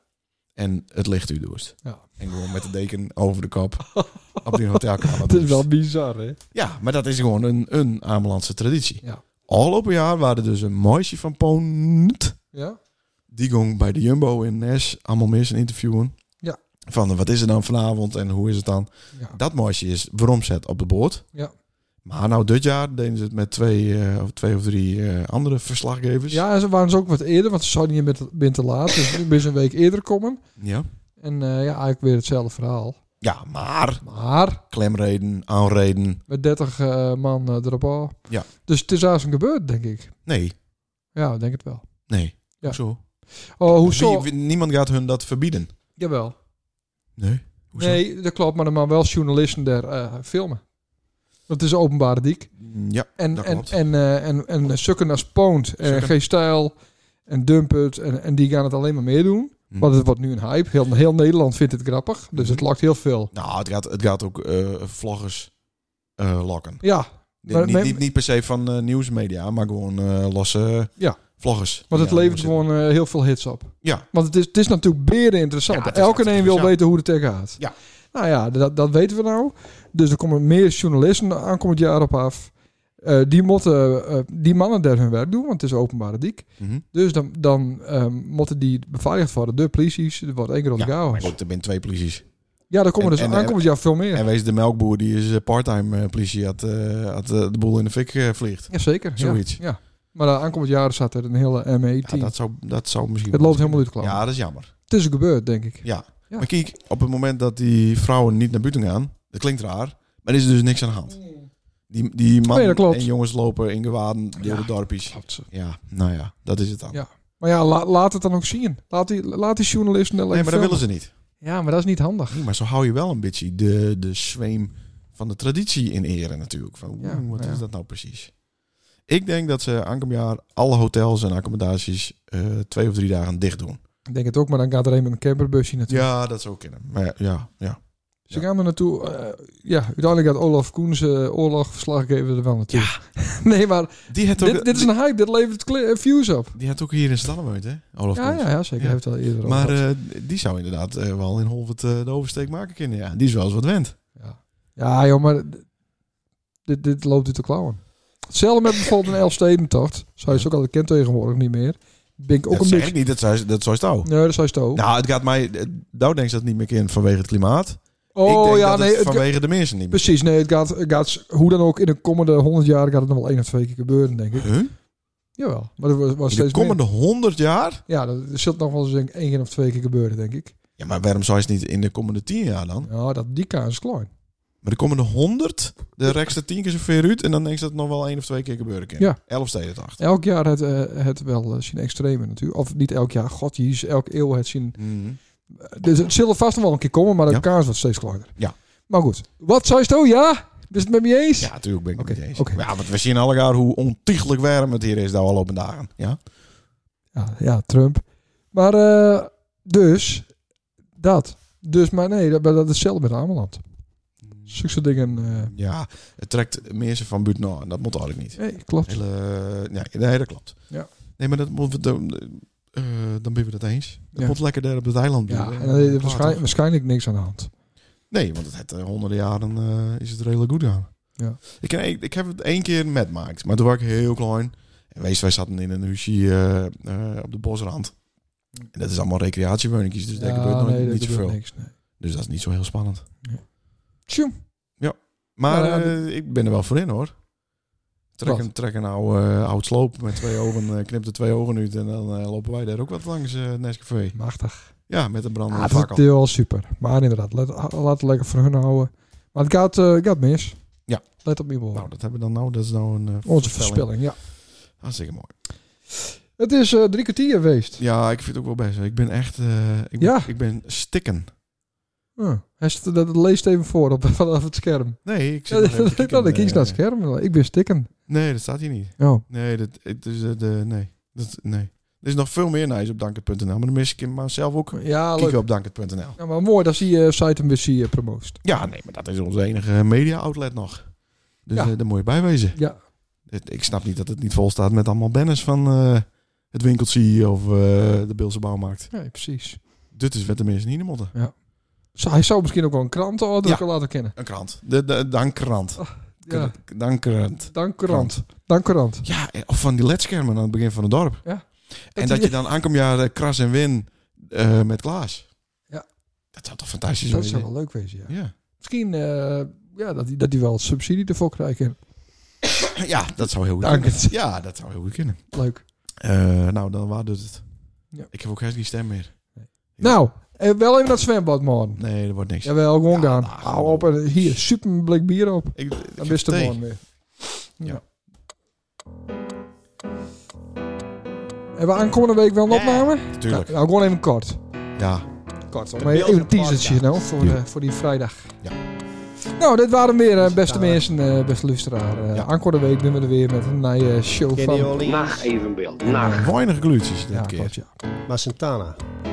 Speaker 1: En het licht u doest.
Speaker 2: Ja.
Speaker 1: En gewoon met de deken over de kop op die hotelkamer.
Speaker 2: Het is
Speaker 1: blieft.
Speaker 2: wel bizar, hè?
Speaker 1: Ja, maar dat is gewoon een, een Amelandse traditie.
Speaker 2: Ja.
Speaker 1: Afgelopen jaar waren er dus een meisje van Poont.
Speaker 2: Ja?
Speaker 1: Die ging bij de Jumbo in Nes allemaal mensen interviewen.
Speaker 2: Ja.
Speaker 1: Van eh, wat is er dan vanavond en hoe is het dan?
Speaker 2: Ja.
Speaker 1: Dat meisje is veromzet op de boot.
Speaker 2: Ja.
Speaker 1: Maar nou dit jaar deden ze het met twee, eh, of, twee of drie eh, andere verslaggevers.
Speaker 2: ja, en ze waren ze ook wat eerder, want ze zouden niet met binnen te laat. Dus nu ben ze een week eerder komen.
Speaker 1: ja.
Speaker 2: En eh, ja, eigenlijk weer hetzelfde verhaal.
Speaker 1: Ja, maar
Speaker 2: Maar
Speaker 1: klemreden, aanreden.
Speaker 2: met 30 eh, man eh, erop al.
Speaker 1: Ja.
Speaker 2: Dus het is een gebeurd, denk ik.
Speaker 1: Nee,
Speaker 2: Ja, ik denk het wel.
Speaker 1: nee.
Speaker 2: Ja.
Speaker 1: Hoezo?
Speaker 2: Oh, hoezo?
Speaker 1: Wie- wie- niemand gaat hun dat verbieden.
Speaker 2: Jawel.
Speaker 1: Nee. Hoezo?
Speaker 2: Nee, dat klopt, maar er maar wel journalisten daar eh, filmen. Dat is openbare diek.
Speaker 1: Ja,
Speaker 2: En,
Speaker 1: Dat
Speaker 2: en,
Speaker 1: klopt.
Speaker 2: en, eh, en, en sukken als poont en
Speaker 1: Sukken.
Speaker 2: G-stijl en dump it en, en die gaan het alleen maar meer doen.
Speaker 1: Mm.
Speaker 2: Want het wordt nu een hype. Heel, heel Nederland vindt het grappig. Dus het
Speaker 1: Mhm.
Speaker 2: lakt heel veel.
Speaker 1: Nou, het gaat, het gaat ook eh, vloggers eh, lokken.
Speaker 2: Ja,
Speaker 1: Niet,
Speaker 2: Maar-
Speaker 1: niet,
Speaker 2: maar-
Speaker 1: niet, niet per se van eh, nieuwsmedia, maar gewoon eh, losse
Speaker 2: Ja.
Speaker 1: vloggers.
Speaker 2: want het
Speaker 1: Ja,
Speaker 2: levert
Speaker 1: zitten.
Speaker 2: gewoon eh, heel veel hits op.
Speaker 1: Ja.
Speaker 2: Want het is, het is natuurlijk beren interessant.
Speaker 1: Ja, het is
Speaker 2: Elke een wil
Speaker 1: interessant.
Speaker 2: weten hoe het er gaat.
Speaker 1: Ja.
Speaker 2: Nou ja, dat, dat weten we nou. Dus er komen meer journalisten aankomend jaar op af. Eh, die, moeten, eh, die mannen daar hun werk doen, want het is openbare dik.
Speaker 1: Mhm.
Speaker 2: Dus dan, dan ehm, moeten die beveiligd worden door politie. Er wordt één keer op de
Speaker 1: Ja,
Speaker 2: chaos.
Speaker 1: Maar goed, er zijn twee polities.
Speaker 2: Ja, daar komen
Speaker 1: En-
Speaker 2: dus
Speaker 1: en-
Speaker 2: aankomend jaar veel meer.
Speaker 1: En wees de melkboer, die is eh, part-time eh, politie, had, eh, had eh, de boel in de fik eh, vliegt.
Speaker 2: Jazeker. ja.
Speaker 1: Zoiets.
Speaker 2: Ja. Maar eh, aankomend jaar staat er een hele
Speaker 1: Ja,
Speaker 2: ME-team.
Speaker 1: dat, zou, dat zou misschien...
Speaker 2: het
Speaker 1: wel
Speaker 2: loopt helemaal uit de klauw.
Speaker 1: Ja, dat is jammer.
Speaker 2: Het is gebeurd, denk ik.
Speaker 1: Ja.
Speaker 2: Ja.
Speaker 1: Maar kijk, op het moment dat die vrouwen niet naar buiten gaan, dat klinkt raar, maar er is dus niks aan de hand. Die, die
Speaker 2: Nee, dat
Speaker 1: mannen
Speaker 2: klopt.
Speaker 1: en jongens lopen in gewaden door
Speaker 2: Ja.
Speaker 1: de dorpjes.
Speaker 2: Klopt.
Speaker 1: Ja, nou ja, dat is het dan.
Speaker 2: Ja, Maar ja, la- laat het dan ook zien. Laat die, laat die journalisten alleen
Speaker 1: nee, maar dat
Speaker 2: filmen.
Speaker 1: willen ze niet.
Speaker 2: Ja, maar dat is niet handig.
Speaker 1: Nee, maar zo hou je wel een beetje de, de zweem van de traditie in ere natuurlijk. Van,
Speaker 2: Ja,
Speaker 1: oeh, wat
Speaker 2: ja.
Speaker 1: is dat nou precies? Ik denk dat ze aankomend jaar alle hotels en accommodaties eh, twee of drie dagen dicht doen.
Speaker 2: Ik denk het ook, maar dan gaat er een met een camperbusje naartoe.
Speaker 1: Ja, dat zou kunnen. Maar ja, ja, ja.
Speaker 2: Ze gaan er naartoe. eh, ja, uiteindelijk gaat Olaf Koens, eh oorlogverslaggever, er wel naartoe. nee, maar
Speaker 1: Die had ook,
Speaker 2: dit, dit is een hype. Dit levert cli- eh, views op.
Speaker 1: die had ook hier in Stallenwoord, hè? Olaf
Speaker 2: Ja,
Speaker 1: Koens.
Speaker 2: ja, ja, zeker.
Speaker 1: Ja.
Speaker 2: Heeft het al eerder over
Speaker 1: Maar
Speaker 2: gehad.
Speaker 1: eh, die zou inderdaad eh, wel in Holvert eh, de oversteek maken kunnen. Ja, die is wel eens wat wend.
Speaker 2: Ja, ja joh, maar d- dit, dit loopt u te klauwen. Hetzelfde met bijvoorbeeld een Elfstedentocht. Zou je ze ook al kent tegenwoordig niet meer. Ben ik ook
Speaker 1: dat
Speaker 2: een
Speaker 1: zeg
Speaker 2: beetje...
Speaker 1: ik niet, dat zou, dat zou stou.
Speaker 2: Nee, dat zou je het ook.
Speaker 1: Nou, het gaat mij... eh, Nou denk ze dat niet meer in vanwege het klimaat. ik
Speaker 2: oh
Speaker 1: denk
Speaker 2: ja,
Speaker 1: dat
Speaker 2: nee.
Speaker 1: het
Speaker 2: Het
Speaker 1: vanwege de mensen niet meer.
Speaker 2: precies, nee. Het gaat, het gaat hoe dan ook in de komende 100 jaar gaat het nog wel één of twee keer gebeuren, denk ik.
Speaker 1: Huh?
Speaker 2: Jawel. Maar er was, was
Speaker 1: In de
Speaker 2: steeds meer.
Speaker 1: komende 100 jaar?
Speaker 2: Ja, dat dat zult nog wel eens een- één keer of twee keer gebeuren, denk ik.
Speaker 1: Ja, maar waarom zou je het niet in de komende 10 jaar dan?
Speaker 2: Ja, dat, die kans is klein.
Speaker 1: Maar de komende 100, de rekste 10 keer zover uit. En dan denk je dat het nog wel één of twee keer gebeuren kan.
Speaker 2: Ja.
Speaker 1: 11 steden het achter.
Speaker 2: Elk jaar het, eh, het wel eh, zijn extreme natuurlijk. Of niet elk jaar. God, jezus, elke eeuw het zien Dus het zal er vast nog wel een keer komen, maar de
Speaker 1: Ja.
Speaker 2: kaas wordt steeds kleiner.
Speaker 1: Ja.
Speaker 2: Maar goed. Wat zou je zo? Ja? Is het met me eens?
Speaker 1: Ja, natuurlijk ben ik het
Speaker 2: Oké,
Speaker 1: niet eens.
Speaker 2: oké.
Speaker 1: Ja, want we zien alle jaar hoe ontiegelijk warm het hier is de afgelopen dagen. Ja?
Speaker 2: Ja, ja, Trump. Maar eh, dus, dat. Dus, maar nee, dat, maar dat is hetzelfde met Ameland. Zulke soort dingen. eh,
Speaker 1: Ja, het trekt mensen van buiten aan. Dat moet eigenlijk niet.
Speaker 2: nee, klopt.
Speaker 1: Hele, ja, nee, dat klopt.
Speaker 2: Ja.
Speaker 1: Nee, maar dat moeten we dan, eh, dan ben je het eens. Dat
Speaker 2: Ja.
Speaker 1: moet lekker daar op het eiland
Speaker 2: Ja,
Speaker 1: blijven.
Speaker 2: en dan is er
Speaker 1: Klaar,
Speaker 2: waarschijnlijk,
Speaker 1: toch?
Speaker 2: waarschijnlijk niks aan de hand.
Speaker 1: Nee, want het heeft eh, honderden jaren eh, is het redelijk goed aan.
Speaker 2: Ja.
Speaker 1: Ik, ken- ik, ik heb het één keer metmaakt, maar toen was ik heel klein. En wees, wij zaten in een huisje eh, eh, op de bosrand. En dat is allemaal recreatieweuntjes, dus daar
Speaker 2: Ja,
Speaker 1: gebeurt nooit
Speaker 2: nee,
Speaker 1: niet
Speaker 2: dat gebeurt
Speaker 1: zoveel.
Speaker 2: niks. Nee.
Speaker 1: Dus dat is niet zo heel spannend.
Speaker 2: Tjoe.
Speaker 1: Maar
Speaker 2: Nou Ja, ja,
Speaker 1: eh, ik ben er wel voor in hoor. Trek
Speaker 2: Wat?
Speaker 1: een, trek een oude, eh, oud sloop met twee ogen, eh, knip er twee ogen uit en dan eh, lopen wij daar ook wat langs eh Nescafé.
Speaker 2: Machtig.
Speaker 1: Ja, met een brandende
Speaker 2: Ah, dat
Speaker 1: fakkel.
Speaker 2: is wel super. Maar inderdaad, let, ah, laat het lekker voor hun houden. Maar het gaat, eh, gaat mis.
Speaker 1: Ja.
Speaker 2: Let op je woorden.
Speaker 1: Nou, dat hebben we dan nou. Dat is nou een eh,
Speaker 2: Onze
Speaker 1: verspilling.
Speaker 2: verspilling, ja.
Speaker 1: Hartstikke mooi.
Speaker 2: Het is eh, drie kwartier geweest.
Speaker 1: Ja, ik vind het ook wel best. Ik ben echt... eh, ik, ben,
Speaker 2: Ja.
Speaker 1: ik ben stikken.
Speaker 2: Huh. Hij st- dat leest even voor op, vanaf het scherm.
Speaker 1: Nee, ik
Speaker 2: Ja,
Speaker 1: zit nog even te
Speaker 2: dat- dat ik iets
Speaker 1: eh,
Speaker 2: naar het scherm. Ik ben stikken.
Speaker 1: Nee, dat staat hier niet.
Speaker 2: Oh.
Speaker 1: Nee, dat, het is, eh, de, nee. Dat, nee. Er is nog veel meer nice op danket.nl. Maar dan mis ik hem maar zelf ook.
Speaker 2: Oh. Ja, leuk.
Speaker 1: Kijk op danket.nl.
Speaker 2: Ja, maar mooi dat hij je site een beetje eh, promoot.
Speaker 1: Ja, nee, maar dat is onze enige media-outlet nog. Dus
Speaker 2: Ja.
Speaker 1: eh, daar moet je bij wezen.
Speaker 2: Ja.
Speaker 1: Het- Ik snap niet dat het niet vol staat met allemaal banners van eh, het winkeltje of eh, de Beelse bouwmarkt.
Speaker 2: Nee, precies.
Speaker 1: Dit is wat de mensen niet in moeten.
Speaker 2: Zo, hij zou misschien ook wel een krant ja. laten kennen.
Speaker 1: Een krant. De, de, dankrant.
Speaker 2: Ja.
Speaker 1: Dankrant.
Speaker 2: Dank krant. Dank krant.
Speaker 1: Ja, eh, of van die ledschermen aan het begin van het dorp.
Speaker 2: Ja.
Speaker 1: En dat je dan aankomend jaar eh, kras en win eh, met Klaas.
Speaker 2: Ja.
Speaker 1: Dat zou toch fantastisch zijn?
Speaker 2: Dat zou wel leuk wezen, ja.
Speaker 1: Ja.
Speaker 2: Misschien eh, ja, dat hij dat die wel subsidie ervoor krijgt.
Speaker 1: ja, dat zou heel goed
Speaker 2: Dank
Speaker 1: kunnen.
Speaker 2: het.
Speaker 1: Ja, dat zou heel goed kunnen.
Speaker 2: Leuk.
Speaker 1: Eh, nou, dan waar doet het?
Speaker 2: Ja.
Speaker 1: Ik heb ook helemaal geen stem meer. Ja.
Speaker 2: Nou, eh, wel even dat zwembad, man.
Speaker 1: Nee, dat wordt niks.
Speaker 2: Jawel, gewoon
Speaker 1: Ja,
Speaker 2: gaan.
Speaker 1: nou,
Speaker 2: Hou op. en Hier, super een blik bier op.
Speaker 1: Ik, ik
Speaker 2: Dan
Speaker 1: heb
Speaker 2: bist de
Speaker 1: thee.
Speaker 2: morgen weer.
Speaker 1: Ja.
Speaker 2: Hebben we aankomende week wel een
Speaker 3: Ja.
Speaker 2: opname?
Speaker 1: Natuurlijk.
Speaker 2: Nou, gewoon even kort.
Speaker 1: Ja.
Speaker 2: Kort, hoor.
Speaker 3: Een
Speaker 2: maar even
Speaker 3: beeld
Speaker 2: een
Speaker 3: en podcast.
Speaker 2: teasertje nou, voor,
Speaker 1: Ja.
Speaker 2: eh, voor die vrijdag.
Speaker 1: Ja.
Speaker 2: Nou, dit waren weer, eh, beste
Speaker 3: Ja.
Speaker 2: mensen, eh, beste luisteraar. Eh,
Speaker 1: Ja.
Speaker 2: Aankomende week zijn we er weer met een nieuwe show
Speaker 3: Kenny
Speaker 2: van...
Speaker 3: Orleans,
Speaker 4: Nacht evenbeeld.
Speaker 1: Weinig gluutjes dit
Speaker 2: Ja,
Speaker 1: keer.
Speaker 2: klopt, ja.
Speaker 3: maar Santana.